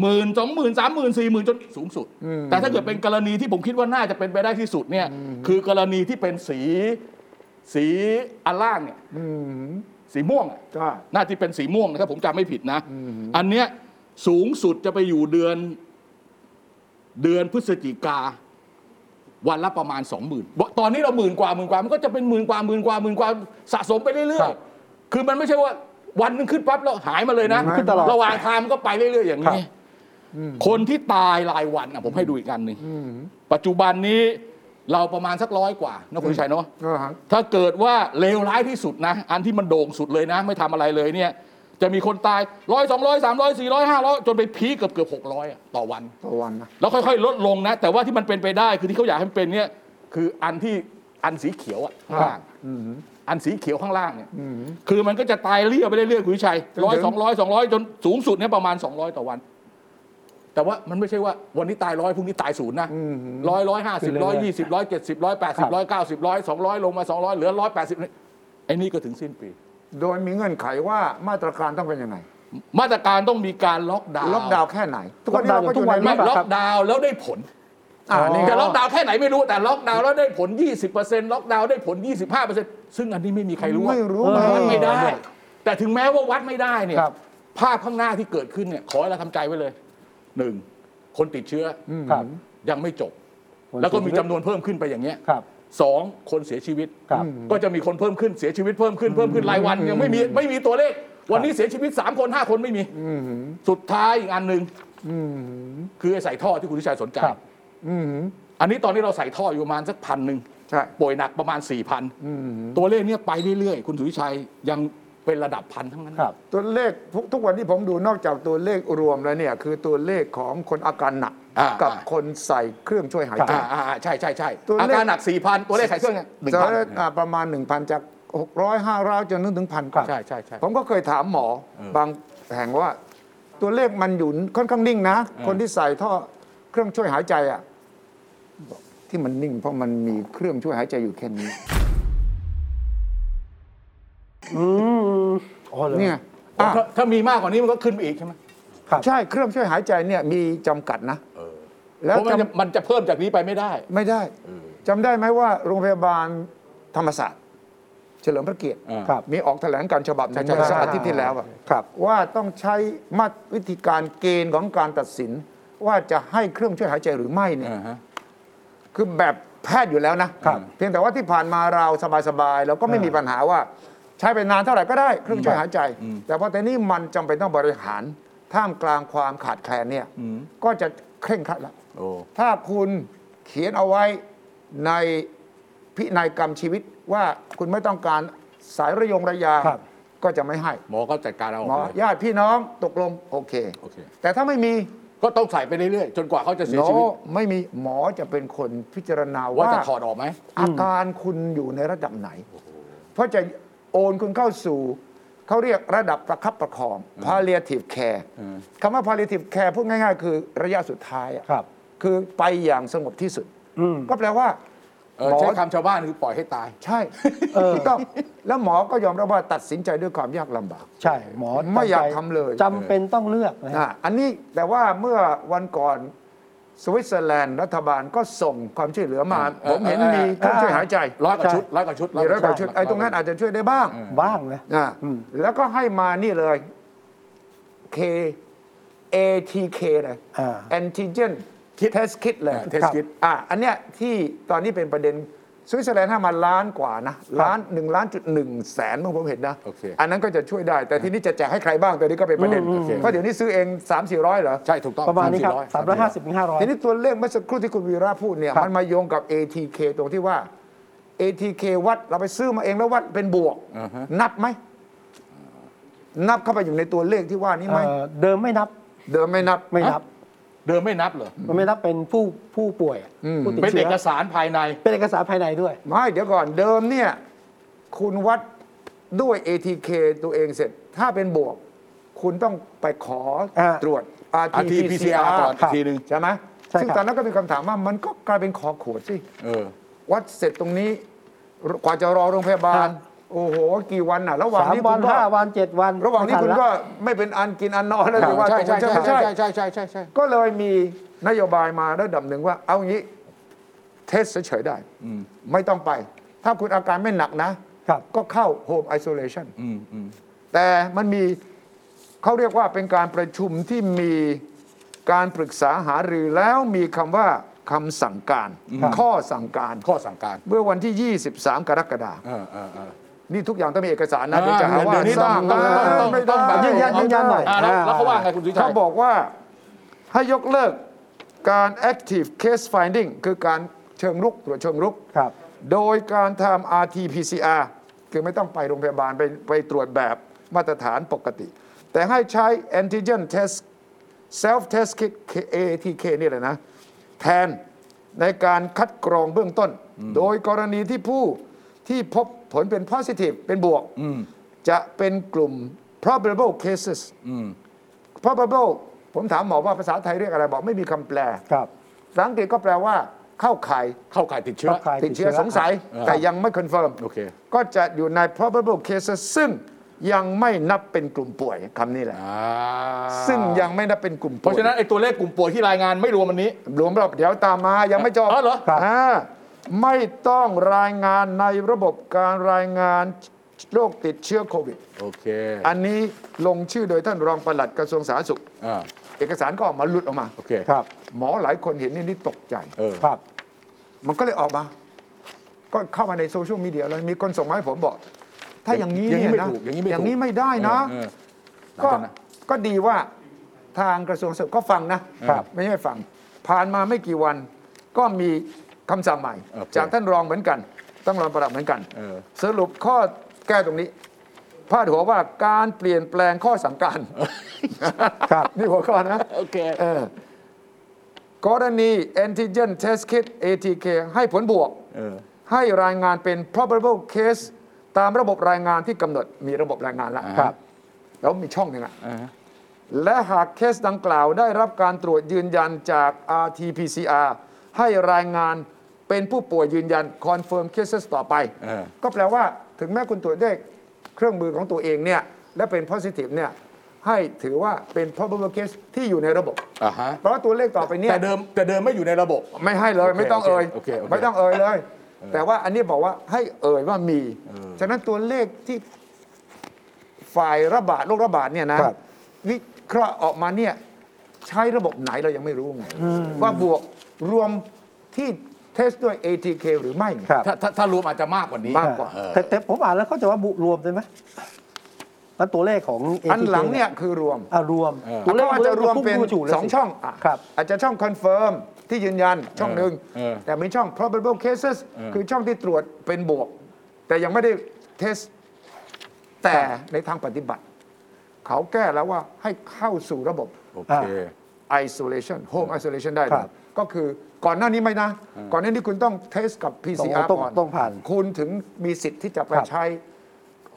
S3: หมื่นสองหมื่นสามหมื่นสี่หมื่นจนสูงสุด แต่ถ้าเกิดเป็นกรณีที่ผมคิดว่าน่าจะเป็นไปได้ที่สุดเนี่ยคือกรณีที่เป็นสีสีอันล่างเนี่ยสีม่วงอะ
S2: จ้า
S3: น่าจะเป็นสีม่วงนะถ้าผมจำไม่ผิดนะ อันเนี้ยสูงสุดจะไปอยู่เดือนเดือนพฤศจิกา วันละประมาณสองหมื่นตอนนี้เราหมื่นกว่าหมื่นกว่ามันก็จะเป็นหมื่นกว่าหมื่นกว่าหมื่นกว่าสะสมไป
S1: ค
S3: เรื่อ
S1: รั
S3: ย
S1: บ
S3: ๆ คือมันไม่ใช่ว่าวันหนึงขึ้นปั๊บแล้วหายมาเลยนะ
S1: ขึ้นตลอด
S3: ระหว่างทางมันก็ไปเรื่อยๆ อย่าง
S1: ครั
S3: นี้
S1: บ
S3: คนที่ตายรายวันอ่ะผมให้ดูอีกอันหนึ่งปัจจุบันนี้เราประมาณสักร้อยกว่านะคุณชัยเนาะ
S2: อ่าฮะ
S3: ถ้าเกิดว่าเลวร้ายที่สุดนะ อันที่มันโด่งสุดเลยนะ ไม่ทำอะไรเลยเนี่ย จะมีคนตายร้อยสองร้อยสามร้อยสี่ร้อยห้าร้อยจนไปพีคเกือบเกือบหกร้อยต่อวัน
S2: ต่อวันนะ
S3: แล้วค่อยๆ ลดลงนะ แต่ว่าที่มันเป็นไปได้คือที่เขาอยากให้มันเป็นเนี่ยคืออันที่อันสีเขียวอะข้างล่างอันสีเขียวข้างล่างเนี่ยคือมันก็จะตายเรี่ยวไปเรื่อยๆคุณวิชัย
S2: จนถึง
S3: ร้อยสองร้อยสองร้อยจนสูงสุดเนี่ยประมาณสองร้อยต่อวัน แต่ว่ามันไม่ใช่ว่าวันนี้ตายร้อยพรุ่งนี้ตายศูนย์นะร้อยร้อยห้าสิบร้อยยี่สิบร้อยเจ็ดสิบร้อยแปดสิบร้อยเก้าสิบร้อยสองร้อยลงมาสองร้อยเหลือร้อยแปดสิบไอ้นี่ก็ถึงสิ้นปี
S2: โดยมีเงื่อนไขว่ามาตรการต้องเป็นยังไง
S3: มาตรการต้องมีการล็อกดาวน์
S2: ล็อกดาวน์แค่ไหน ทุกวันนี้เราก็อยู่ใน
S1: ล็
S3: ไม่
S1: อกดาวน์ทุกวันนี้
S3: ล็อกดาวน์แล้วได้ผล
S2: อ่านี่
S3: จะล็อกดาวน์แค่ไหนไม่รู้แต่ล็อกดาวน์แล้วได้ผล 20%ล็อกดาวน์ได้ผล 25%ซึ่งอันนี้ไม่มีใครรู้ว่า
S2: ไม่รู้
S1: เออ
S3: วัดไม่ได้ แต่ถึงแม้ว่าวัดไม่ได้เนี่ย
S1: ครับ
S3: ภาพข้างหน้าที่เกิดขึ้นเนี่ยขอให้เราทำใจไว้เลยหนึ่งคนติดเชื้ออ
S1: ครับ
S3: ยังไม่จบ
S1: คน
S3: แล้วก็มี
S1: เสียชีวิต
S3: จำนวนเพิ่มขึ้นไปอย่างเงี้ย
S1: ครับ
S3: สองคนเสียชีวิต
S1: ครับ
S3: ก็จะมีคนเพิ่มขึ้นเสียชีวิตเพิ่มขึ้นเพิ่มขึ้นรายวันยังไม่มีไม่มีตัวเลข วันนี้เสียชีวิต 3 คน 5 คนไม่มีสุดท้ายอีกอันหนึ่งคือไอ้ใส่ท่อที่คุณทิชัยสนใจ
S1: ครับ
S3: อันนี้ตอนนี้เราใส่ท่ออยู่ประมาณสักพันหนึ่ง
S2: ใช่
S3: ป่วยหนักประมาณ4ี่พันตัวเลขเนี้ยไปเรื่อยๆ คุณสุวิชัยยังเป็นระดับพันทั้งนั้น
S1: ครับ
S2: ตัวเลขทุกทุกวันที่ผมดูนอกจากตัวเลขรวมแล้วเนี่ย คือตัวเลขของคนอาการหนัก
S3: อ่า
S2: กับ
S3: อ่า
S2: คนใส่เครื่องช่วยหายใจ
S3: อ่าอ่าอ่าใช่ใช่ใช่
S2: ตัวเลข
S3: อาการหนัก4ี่พันตัวเลขไขเครื่องเนี่ยหนึ่ง
S2: จะ
S3: พัน
S2: ได้อ่าประมาณ 1,000 จาก 600 500จนถึงพัน
S3: ใช่ใช่ใช่
S2: ผมก็เคยถามหมอ บางแห่งว่า ตัวเลขมันอยู่ค่อนข้างนิ่งนะ คนที่ใส่ท่อเครื่องช่วยหายใจอ่ะบอกที่มันนิ่ง เพราะมันมีเครื่องช่วยหายใจอยู่แค่นี้
S1: อืมอ๋อเลย
S2: เนี่ย
S3: ถ้า
S2: อ่ะ
S3: ถ้ามีมากกว่านี้มันก็ขึ้นไปอีกใช่ไหม
S1: ครับ
S2: ใช่เครื่องช่วยหายใจเนี่ยมีจำกัดนะ
S3: เพ
S2: แล้ว
S3: ราะมันจะ
S2: จำ
S3: มันจะเพิ่มจากนี้ไปไม่ได้
S2: ไม่ได้จำได้ไหมว่าโรงพยาบาลธรรมศาสตร์ เฉลิมพระเกียรติ
S3: อ่า
S1: ครับ
S2: มีออกแถลงการฉบับหนึ่ง
S3: ใช่ใช่
S2: เมื่อสัก
S3: ใช่
S2: อาทิตย์ที่แล้วอะ
S1: ครับ
S2: ว่าต้องใช้มาตรวิธีการเกณฑ์ของการตัดสิน ว่าจะให้เครื่องช่วยหายใจหรือไม่เนี่ย
S3: อ่าฮะ
S2: คือแบบแพทย์อยู่แล้วนะ
S1: ครับ
S2: เพียงแต่ว่าที่ผ่านมาเราสบายๆเราก็ไม่มีปัญหาว่า ใช้ไปนานเท่าไหร่ก็ได้เครื่องช่วยหายใจ แต่พอแต่นี้มันจำเป็นต้องบริหาร ท่ามกลางความขาดแคลนเนี่ย
S3: อืม
S2: ก็จะเคร่งครัดละ
S3: โอ้
S2: ถ้าคุณเขียนเอาไว้ในพินัยกรรมชีวิตว่าคุณไม่ต้องการสายระยงระยา
S1: ครับ
S2: ก็จะไม่ให้
S3: หมอก็จัดการเอาอ
S2: หม
S3: อ
S2: อก
S3: เลย
S2: ญาติพี่น้องตกลงโอเค
S3: โอเค
S2: แต่ถ้าไม่มี
S3: ก็ต้องใส่ไปเรื่อยๆ จนกว่าเขาจะเสีย
S2: โน
S3: ชีวิต
S2: ไม่มีหมอจะเป็นคนพิจารณาว่า
S3: ว่าจะถอดออกไหม
S2: อาการคุณอยู่ในระดับไหน เพราะจะโอนคุณเข้าสู่ เขาเรียกระดับประคับประคอง palliative care
S3: อืม
S2: คำว่า palliative care พูดง่ายๆ คือระยะสุดท้ายอะ
S1: ครับ
S2: คือไปอย่างสงบที่สุด
S1: อืม
S2: ก็แปลว่า
S3: เออ
S2: หมอ
S3: ใช้คำชาวบ้านคือปล่อยให้ตาย
S2: ใช่
S1: เออ
S2: ถูกต้องแล้วหมอก็ยอมรับว่าตัดสินใจด้วยความยากลำบาก
S1: ใช่หมอ
S2: ไม่อยาก
S1: จใจ
S2: ทำเลย
S1: จำเป็นต้องเลือกนะฮะ
S2: อ่ะอันนี้แต่ว่าเมื่อวันก่อนสวิตเซอร์แลนด์รัฐบาลก็ส่งความช่วยเหลือมา
S3: เออ
S2: ผมเห็น
S3: เออเออ
S2: มีเครื่องช่วยหายใจ
S3: ร้อยกว่า
S1: ใช่
S3: ชุดร้อยกว่าชุด
S2: มีร้อยกว่าชุดไอ้ตรงนั้น
S3: อยกว่
S2: อาจจะช่วยได้บ้าง
S1: บ้างนะ
S2: นะ
S1: อืม
S2: แล้วก็ให้มานี่เลย K ATK เลย
S1: อ่า
S2: antigen test kit เลย
S3: าเทส
S1: ครับ
S3: คิด
S2: อ่ะอันเนี้ยที่ตอนนี้เป็นประเด็นสวิตเซอร์แลนด์ให้มาล้านกว่านะล้านหนึ่งล้านจุดหนึ่งแสนเมื่อผมเห็นนะ
S3: โอเคน
S2: นั้นก็จะช่วยได้ แต่ทีนี้จะแจกให้ใครบ้างตัวนี้ก็เป็นประเด็น
S3: อืมอืมอืม
S2: เพราะเดี๋ยวนี้ซื้อเอง 3 4 0 0เหรอ
S3: ใช่ถูกต้อง
S1: ประมาณนี้ครับ
S3: 300
S1: สามร้อยห้าสิบถึงห้าร้อย
S2: ทีนี้ตัวเลขเมื่อสักครู่ที่คุณวีระพูดเนี่ย
S1: ครับ
S2: มันมาโยงกับ ATK ตรงที่ว่า ATK วัดเราไปซื้อมาเองแล้ววัดเป็นบวก
S3: อ่าฮะ
S2: นับไหมนับเข้าไปอยู่ในตัวเลขที่ว่านี้ไหม
S1: เดิมไม่นับ
S2: เดิมไม่นับ
S1: ไม่นับ
S3: เดิมไม่นับเหรอ
S1: มันไม่นับเป็นผู้ผู้ป่วย
S2: อืม
S1: ผู้ติด
S3: เป็น
S1: เชื้
S3: เอ
S1: อก
S3: สารภายใน
S1: เป็นเอกสารภายในด้วย
S2: ไม่เดี๋ยวก่อนเดิมเนี่ยคุณวัดด้วย ATK ตัวเองเสร็จ ถ้าเป็นบวก คุณต้องไปขอ
S1: อ่า
S2: ตรวจ
S3: RT-PCR ก่อน
S1: อีกที
S3: หนึ่ง
S2: ใช่ไหม
S1: ใช่
S2: ซึ่ง
S1: ครับ
S2: ตอนนั้นก็มีคำถามว่ามันก็กลายเป็นขอขวดสิ
S3: เออ
S2: วัดเสร็จตรงนี้กว่าจะรอโรงพยาบาล โอ้โห กี่วันน่ะ ระหว่าง
S1: สาม
S2: นี้
S1: วั
S2: คุ
S1: น
S2: ณก็
S1: ห้าวันเจ็ดวัน
S2: ระหว่างนี้
S1: ไม่ทั
S2: คุณ
S1: ละ
S2: ก็ไม่เป็นอันกินอันนอนแล้วหรือว่า
S3: ใช่
S2: ตกลง
S3: ใช่ใช่
S2: ไม่
S3: ใช่ใช่ใช่ใช่ใช่
S2: ก็เลยมีนโยบายมาระดับหนึ่งว่า เอางี้ เทสเฉยๆได้
S3: อืม
S2: ไม่ต้องไป ถ้าคุณอาการไม่หนักนะ
S1: ครับ
S2: ก็เข้า Home Isolation
S3: อืมอืม
S2: แต่มันมีเขาเรียกว่าเป็นการประชุมที่มีการปรึกษาหารือแล้วมีคำว่าคำสั่งการ
S1: ครับ
S2: ข้อสั่งการ
S3: ข้อสั่งการ
S2: เมื่อวันที่ 23 กรกฎาคม
S3: เออเออเออ
S2: นี่ทุกอย่างต้องมีเอกสารนะเดี๋ยวจะหาว่า
S3: เดี๋ยวนี้
S2: สร้าง
S3: ต้องต้องต้อง
S2: ไม่ได้
S3: ต้องแบบ
S1: ยืนยันยืนยันหน่อย
S3: อ่ะแล้วแล้วเขาว่าไงคุณสุชั
S2: เขา
S3: ย
S2: บอกว่าให้ยกเลิกการ active case finding คือการเชิงรุกตรวจเชิงรุก
S1: ครับ
S2: โดยการทำ RT-PCR คือไม่ต้องไปโรงพยาบาลไปไปตรวจแบบมาตรฐานปกติ แต่ให้ใช้ antigen test self test kit ATK นี่แหละนะ แทนในการคัดกรองเบื้องต้น โดยกรณีที่ผู้ที่พบผลเป็น positive เป็นบวก จะเป็นกลุ่ม probable cases probable ผมถามหมอว่าภาษาไทยเรียกอะไรบอกไม่มีคำแปล
S1: ครับ
S2: ภาษาอังกฤษก็แปลว่าเข้าข่าย
S3: เข้าข่ายติดเชื้อ
S1: ก็ใคร
S2: ติดเชื้อสงสัย
S3: อ่า
S2: แต่ยังไม่คอนเฟิร์ม
S3: โอเค
S2: ก็จะอยู่ใน probable cases ซึ่งยังไม่นับเป็นกลุ่มป่วยคำนี้แหละ
S3: อ่า
S2: ซึ่งยังไม่นับเป็นกลุ่ม
S3: เพ
S2: ป่วย
S3: ราะฉะนั้นไอ้ตัวเลขกลุ่มป่วยที่รายงานไม่รวมวันนี้
S2: รวมรอบเดี๋ยวตามมายังไม่จบ
S3: อ๋อเหรอ
S2: ครับอ่าไม่ต้องรายงานในระบบการรายงานโรคติดเชื้อโควิด
S3: โอเค
S2: อันนี้ลงชื่อโดยท่านรองปลัดกระทรวงสาธารณสุข
S3: อ่า
S2: เอกสารก็ออกมาหลุดออกมา
S3: โอเค
S1: ครับ
S2: หมอหลายคนเห็นนี่นี่ตกใจ
S3: เออ
S1: ครับ
S2: มันก็เลยออกมา ก็เข้ามาในโซเชียลมีเดียเลยมีคนส่งมาให้ผมบอก ถ้าอย่างนี้
S3: อย่างนี้
S2: เนี่ย
S3: ไม่
S2: นะ
S3: ถูกอย่างนี้ไม่ถูก
S2: งนี้ไม่ได้นะ
S3: เออ
S2: ก็
S3: หลังจากนั้น
S2: ก็ดีว่าทางกระทรวงสุขก็ฟังนะครับ ไม่ใช่ฟัง ผ่านมาไม่กี่วัน ก็มีคำสั่งใหม่
S3: โอเค
S2: จากท่านรองเหมือนกันท่านรองประหลัดเหมือนกัน
S3: เออ
S2: สรุปข้อแก้ตรงนี้พาดหัวว่าการเปลี่ยนแปลงข้อสั่งการ
S1: ครับ
S2: นี่หัวข้อนะ
S3: โอเค
S2: เออกรณี antigen test kit ATK ให้ผลบวก
S3: เออ
S2: ให้รายงานเป็น probable case ตามระบบรายงานที่กำหนดมีระบบรายงานแล้ว
S3: อ่า
S1: ครับ
S2: แล้วมีช่องหนึ่งอะ
S3: อ่าฮะ
S2: และหากเคสดังกล่าวได้รับการตรวจยืนยันจาก RT-PCR ให้รายงานเป็นผู้ป่วยยืนยัน confirm cases ต่อไป
S3: เออ
S2: ก็แปลว่าถึงแม้คุณตรวจด้วยเครื่องมือของตัวเองเนี่ยและเป็น positive เนี่ยให้ถือว่าเป็น probable case ที่อยู่ในระบบ
S3: อ่าฮะ
S2: เพราะว่าตัวเลขต่อไปเนี่ย
S3: แต่เดิมแต่เดิมไม่อยู่ในระบบ
S2: ไม่ให้เลย
S3: โอเค
S2: ไม่ต้องเอ่ย
S3: โอเคโอเค
S2: ไม่ต้องเอ่ยเลย แต่ว่าอันนี้บอกว่าให้เอ่ยว่ามี ฉะนั้นตัวเลขที่ฝ่ายระบาดโรคระบาดเนี่ยนะครับ วิเคราะห์ออกมาเนี่ยใช้ระบบไหนเรายังไม่รู้ไงว่าบวกรวมที่เทสด้วย ATK หรือไม่ไง
S1: ครับ
S3: ถ้าถ้าถ้ารวมอาจจะมากกว่านี้
S2: มากกว่า
S3: เออ
S1: แต่แต่ผมอ่านแล้วเขาจะว่าบุรวมใช่ไหมแล้วตัวเลขของ ATK
S2: อันหลังเนี่ยคือรวม
S1: อ่ะรวม
S2: แล้วก็อาจจะรวมเป็น
S1: พุ่ข้าสู่ลย
S2: สองช่องอ่ะ
S1: ครับ
S2: อาจจะช่องคอนเฟิร์มที่ยืนยันช่องหนึ่ง
S3: เออ
S2: แต่มีช่อง probable cases
S3: เออ
S2: คือช่องที่ตรวจเป็นบวก แต่ยังไม่ได้เทส แต่ในทางปฏิบัติ เขาแก้แล้วว่าให้เข้าสู่ระบบ
S3: โอเค
S2: isolation home isolation ได้
S1: ครั
S2: ครั
S1: บบ
S2: ก็คือก่อนหน้านี้ไม่นะ ก่อนหน้านี้คุณต้องเทสกับ PCR
S1: ต้อง
S2: ก่อน
S1: ต้องผ่าน
S2: คุณถึงมีสิทธิ์ที่จะไป
S1: ครับ
S2: ใช้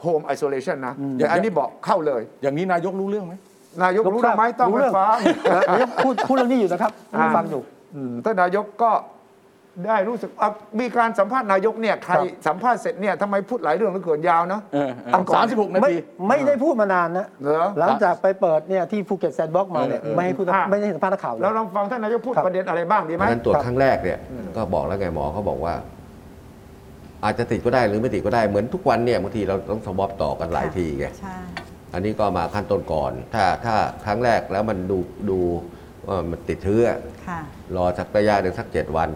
S2: home isolation นะ
S3: อ
S2: แต่
S3: ย่าง
S2: อันนี้บอกเข้าเลย
S3: อย่างนี้นายกรู้เรื่องไหม
S2: นายกรู้เรื่องไหมต้อง
S1: รู้
S2: ไป
S1: เรื่อง
S2: ฟัง
S1: เออนายกพูดพูดเรื่องนี้อยู่นะครับ
S2: อ่า
S1: ฟังอยู่
S2: อืมท่านนายกก็ได้รู้สึกอ่ะมีการสัมภาษณ์นายกเนี่ยใคร
S1: ครับ
S2: สัมภาษณ์เสร็จเนี่ยทำไมพูดหลายเรื่องเหลือเกินยาวเนาะ
S3: เออเออ
S2: ตั้งก่อน
S3: สามสิบหกนา
S1: ไม่
S3: ที
S1: ไม่ได้พูดมานานนะ
S2: เหรอ
S1: หลังจากไปเปิดเนี่ยที่ภูเก็ตแซนด์บ็อกซ์มาเนี่ย
S4: เออเออ
S1: ไม่ให้พูด
S2: อ่ะ
S1: ไม่ได้ให้สัมภาษณ์นักข่าวเลย
S2: แล้วลองฟังท่านนายกพูด
S1: ครับ
S2: ประเด็นอะไรบ้างดีไห
S4: เพ
S2: ม
S4: ราะฉะนั้นตรวจครั้งแรกเนี่ยก็บอกแล้วไงหมอเขาบอกว่า อาจจะติดก็ได้หรือไม่ติดก็ได้เหมือนทุกวันเนี่ยบางทีเราต้องสวอปต่อกันหลายทีไง
S5: ใช่
S4: อันนี้ก็มาขั้นต้นก่อน ถ้าถ้าครั้งแรกแล้วมันดูดูว่ามันติดเชื้อ
S5: ค่ะ
S4: รอสักระยะหนึ่งสักเจ็ดวัน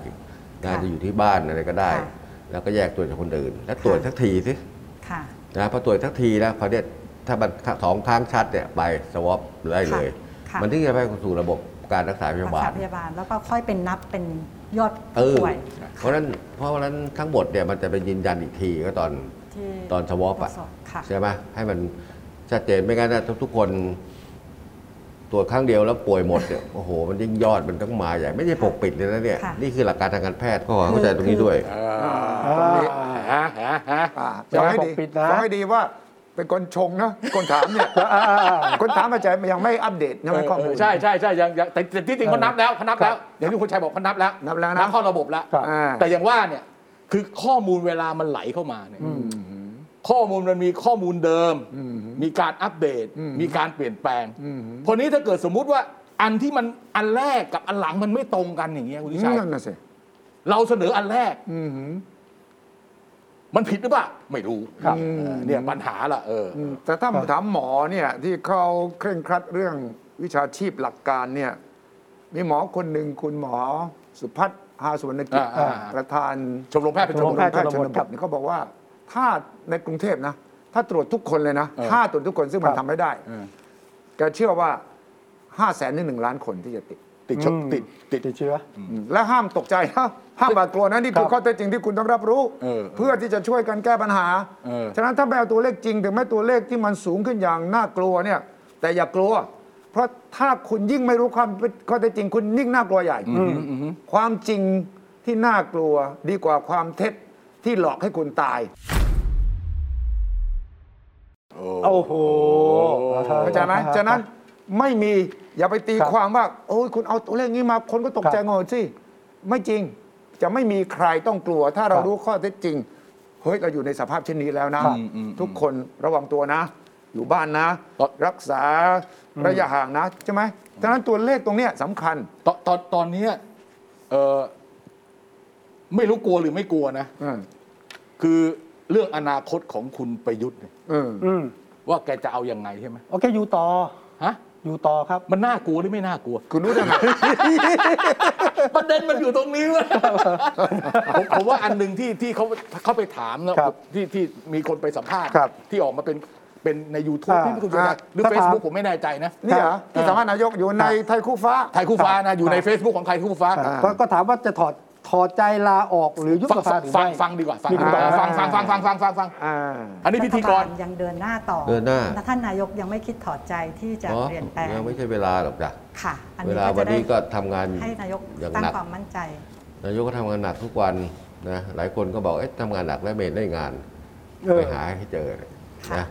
S4: งานจะอยู่ที่บ้านอะไรก็ได้
S5: ค่ะ
S4: แล้วก็แยกตัวจากคนอื่น แล้วตรวจ
S5: ค่ะ
S4: สักทีสิ
S5: ค่ะ
S4: นะพอตรวจสักทีนะพอเนี่ยถ้ามันสองครั้งชัดเนี่ยไปสวอปได้เลย
S5: ค่ะ
S4: มันถึงจะไปสู่ระบบการรักษาพ
S5: รั
S4: ยาก บา
S5: ษา
S4: ล
S5: พยาบาลแล้วก็ค่อยเป็นนับเป็นยอด
S4: เออ
S5: ป่วย
S4: เพราะฉะนั้นเพราะฉะนั้นทั้งหมดเนี่ยมันจะไปยืนยันอีกทีก็ตอน
S5: ที่
S4: ตอนสวอปอ่ะ
S5: ตรวจสค่ะ
S4: ใช่ไหมให้มันชัดเจนไม่งั้นนะทุกๆคนตรวจครั้งเดียวแล้วป่วยหมดเนี่ยโอ้โหมันยิ่งยอดมันต้องมาใหญ่ไม่ใช่ปกปิดเลยนะเนี่ย
S5: ค่ะ
S4: นี่คือหลักการทางการแพทย์ก็ขอเข้าใจตรงนี้ด้วย
S2: ตรงนี้
S1: อ่า
S3: ฮะฮะฮะ
S2: อ่า
S1: อย่าให้ป
S2: ฟังให้
S1: กปิดนะ
S2: ฟังให้ดีว่าเป็นคนชงนะคนถามเนี่ย
S1: อ่าอ่าอ่า
S2: คนถามอาจารย์ยังไม่อัปเดตยังไม่ข้อมูล
S3: ใช่ใช่ใช่ยังยังแต่แต่ที่จริงเขานับแล้วเขานับแล้
S2: ครั
S3: ว
S2: บ
S3: อย่างที่คุณชัยบอกเขานับแล้ว
S2: นับแล้วนะ
S3: นับเข้าระบบแล้ว
S1: ครับ
S2: อ่า
S3: แต่อย่างว่าเนี่ยคือข้อมูลเวลามันไหลเข้ามาเนี่ยข้อมูลมันมีข้อมูลเดิม มีการอัปเดต มีการเปลี่ยนแปลงพอนี้ถ้าเกิดสมมุติว่าอันที่มันอันแรกกับอันหลังมันไม่ตรงกันอย่างเงี้ยคุณชัย
S2: นั่นน่ะสิ
S3: เราเสนออันแรก
S2: อือหือ
S3: มันผิดหรือเปล่าไม่รู้
S1: ครับ
S3: เออเนี่ยปัญหาล่ะเอออ
S2: แต่ถ้าถามหมอเนี่ยที่เขาเคร่งครัดเรื่องวิชาชีพหลักการเนี่ยมีหมอคนหนึ่งคุณหมอสุพัฒน์ฮาสุวรรณกิจ
S3: อ่า
S2: ประธาน
S3: ชมรมแพทย์เป็น
S2: ช
S3: ช
S2: มร
S3: มร
S2: ม
S3: ม
S2: แพทย์ชนบทเนี่ยเขาบอกว่าถ้าในกรุงเทพนะ ถ้าตรวจทุกคนเลยนะ
S3: เออ
S2: ถ้าตรวจทุกคนซึ่งมั
S1: ค
S2: น
S1: รั
S2: ทำ
S1: บ
S2: ไม่ได้
S3: เออ
S2: แกเชื่อว่า5้าแสนถึงหนึ่งล้านคนที่จะติด
S3: ติดช
S1: อืม
S3: ติดติด
S1: ติดเชื้อ
S2: และห้ามตกใจ นะห้ามบาดกลัวนะนี่คื
S1: ค
S2: อ
S1: รับ
S2: ข้อเท็จจริงที่คุณต้องรับรู้
S3: เออเออ
S2: เพื่อที่จะช่วยกันแก้ปัญหา
S3: เออ
S2: ฉะนั้นถ้าไม่เอาตัวเลขจริง ถึงแม้ตัวเลขที่มันสูงขึ้นอย่างน่ากลัวเนี่ย แต่อย่ากลัว เพราะถ้าคุณยิ่งไม่รู้ความเป็นข้อเท็จจริง คุณยิ่งน่ากลัวใหญ่ความจริงที่น่ากลัวดีกว่าความเท็จที่หลอกให้คุณตาย
S1: โอ้โห
S2: เข้าใจไหมฉะนั้นไม่มีอย่าไปตีความว่า โอ้ยคุณเอาตัวเลขนี้มาคนก็ตกใจงงสิ ไม่จริงจะไม่มีใครต้องกลัว ถ้าเรารู้ข้อเท็จจริง เฮ้ย เราอยู่ในสภาพเช่นนี้แล้วนะ ทุกคนระวังตัวนะ อยู่บ้านนะ
S3: ครับ
S2: รักษาระยะห่างนะ ใช่ไหมฉะนั้นตัวเลขตรงเนี้ยสำคัญ
S3: ตอนตอนตอนเนี้ยเออไม่รู้กลัวหรือไม่กลัวนะ
S2: อืม
S3: คือเรื่องอนาคตของคุณประยุทธ์เนี่ย
S2: อืม
S1: อืม
S3: ว่าแกจะเอายังไงใช่ไหม
S1: โอเคอยู่ต่อ
S3: ฮะ
S1: อยู่ต่อครับ
S3: มันน่ากลัวหรือไม่น่ากลัว
S2: คุณรู้ได้ไง
S3: ประเด็นมันอยู่ตรงนี้เลย ผมผมว่าอันหนึ่งที่ที่เขาเขาไปถามนะครับ ที่ที่มีคนไปสัมภาษณ์
S1: ครับ
S3: ที่ออกมาเป็นเป็นใน YouTube
S1: อ่า
S3: ที่คุณชวน
S2: อ่า
S3: หรือ
S1: ถ้าถาม
S3: Facebook ผมไม่แน่ใจนะ
S2: นี่เหรอที่สามารถนายกอยู่ในไทยคู่ฟ้า
S3: ไทยคู่ฟ้านะ อยู่ใน
S1: ครับ
S3: Facebook ของไทยคู่ฟ้า
S1: อ่ะก็ก็ถามว่าจะถอดถอดใจลาออกหรือยุบ
S3: ฟัง
S1: สภาหรือ
S3: ฟังฟัง
S1: ไม่
S3: ฟังดีกว่า ฟัง
S1: มีคุณบอก
S3: ฟังฟังฟังฟังฟังฟังฟัง
S2: อ่า
S3: อันนี้พิธีกร
S5: ฐบาลยังเดินหน้าต่อ
S4: เดินหน้า
S5: และท่านนายกยังไม่คิดถอดใจที่จะ
S4: อ๋อ
S5: เปลี่ยนแปลง
S4: ยังไม่ใช่เวลาหรอกจ้ะ
S5: ค่ะ อัน
S4: เว
S5: นี้
S4: ลา
S5: ก็
S4: วั
S5: จะ
S4: น
S5: ได้
S4: นี้ก็ทำงาน
S5: ให้นายก
S4: อย่าง
S5: ตั้ง
S4: หนัก
S5: ความมั่นใจ
S4: นายกก็ทำงานหนักทุกวันนะหลายคนก็บอกเอ๊ะทำงานหนักแล้วเมนได้งาน
S1: เออ
S4: ไปหาให้เจอ
S5: ค่ะ
S4: นะ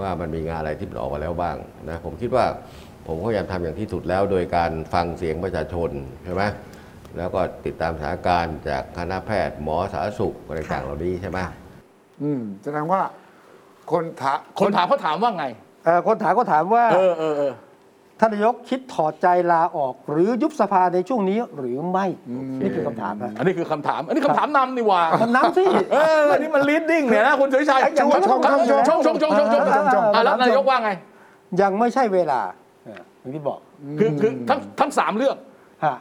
S4: ว่ามันมีงานอะไรที่มันออกมาแล้วบ้างนะผมคิดว่าผมก็พยายามทำอย่างที่สุดแล้ว โดยการฟังเสียงประชาชนใช่ไหมแล้วก็ติดตามสถานการณ์จากคณะแพทย์หมอสาธารณสุขอะไรต่างๆ
S5: ค่ะ
S4: เหล่านี้ใช่ไหม
S2: อืมแสดงว่าคนถา
S3: คนถามเขาถามว่าไง
S1: เอ่อคนถามก็ถามว่า
S3: เออเออเออ
S1: ท่านนายกคิดถอดใจลาออก หรือยุบสภาในช่วงนี้หรือไม่นี่คือคำถามนะ
S3: อันนี้คือคำถาม อันนี้คำถามนำนี่หว่า
S1: คำน้ำสิ
S3: เอออันนี้มัน leading เนี่ยนะคุณเฉยชัย
S1: อย่างนั้น
S3: ชงชงชงชงชงชงชงชง
S1: อ่าอ่าอ่า
S3: อ่ะแล้วนายกว่าไง
S1: ยังไม่ใช่เวลาเอออย่างที่บอก
S3: คือคือทั้งทั้งสามเรื่อง
S1: ฮะ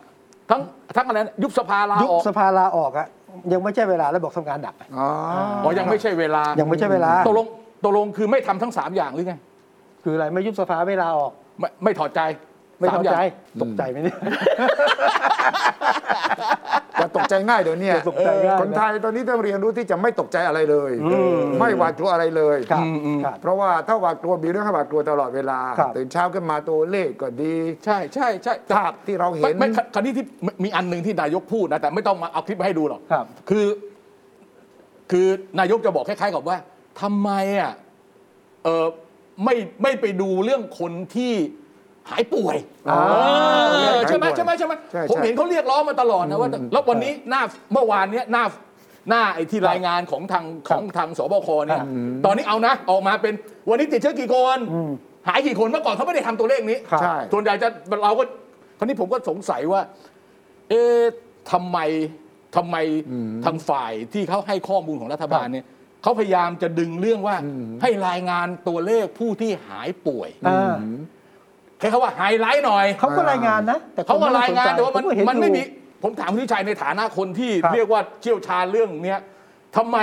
S3: ทั้งทั้งอะไรนะยุบสภาลา
S1: ยุบ
S3: ออก
S1: สภาลาออกอะยังไม่ใช่เวลาแล้วบอกทำงานหนัก
S2: อ๋อ
S3: อ๋อยังไม่ใช่เวลา
S1: ยังไม่ใช่เวลา
S3: ตกลงตกลงคือไม่ทำทั้งสามอย่างหรือไง
S1: คืออะไรไม่ยุบสภาไม่ลาออก
S3: ไม่ไม่ถอดใจ
S1: ไม่
S3: ส
S1: เข้า
S3: อย่
S1: ใจ
S3: ง
S1: ตกใจไหมเนี่ย
S2: อย่าตกใจง่ายเดี๋ยว
S1: อ
S2: เนี้
S1: ย่าตกใจง่ายนะ
S2: คนไทยตอนนี้ต้องเรียนรู้ที่จะไม่ตกใจอะไรเลย
S1: ม
S2: ไม่หวาดกลัวอะไรเลย
S1: ครับครับ
S2: เพราะว่าถ้าหวาดกลัวมีเรื่องให้หวาดกลัวตลอดเวลา
S1: ครับ
S2: ตื่นเช้าขึ้นมาตัวเลขก็ดี
S3: ใช่ใช่ใช่
S2: ภาพที่เราเห็
S3: ไม่
S2: น
S3: ไม่คราวนี้ที่มีมีอันหนึ่งที่นายกพูดนะแต่ไม่ต้องมาเอาคลิปมาให้ดูหรอก
S1: ครับ
S3: คือ คือนายกจะบอกคล้ายๆกับว่าทำไมอ่ะเออไม่ไม่ไปดูเรื่องคนที่ หายป่วย
S1: อ่า
S3: เออใช่ไหม
S2: หายป่วย
S3: ใช่ไหมใช่ไหม
S2: ใช่ใช่
S3: ผมเห็นเขาเรียกร้องมาตลอดนะว่าแล้ววันนี้หน้าเมื่อวานเนี้ยหน้าหน้าไอ้ที่รายงานของทางของทางสบคเนี่ยตอนนี้เอานะออกมาเป็นวันนี้ติดเชื้อกี่คนหายกี่คนเมื่อก่อนเขาไม่ได้ทำตัวเลขนี้
S1: ครับ
S2: ใช่
S3: ส่วนใหญ่จะเราก็คราวนี้ผมก็สงสัยว่า เอ๊ะทำไมทำไมทางฝ่ายที่เขาให้ข้อมูลของรัฐบาลเนี่ยเขาพยายามจะดึงเรื่องว่าให้รายงานตัวเลขผู้ที่หายป่วย
S1: อ่า
S3: แค่เขาว่าไฮไลท์หน่อย
S1: เขาก็รายงานนะ แต่
S3: เขาก็รายงานแต่ว่ามัน
S1: ผก็เห็
S3: มันไม่
S1: อยู่
S3: มีผมถามคุณทิชัยในฐานะคนที่
S1: ครับ
S3: เรียกว่าเชี่ยวชาญเรื่องเนี้ยทำไม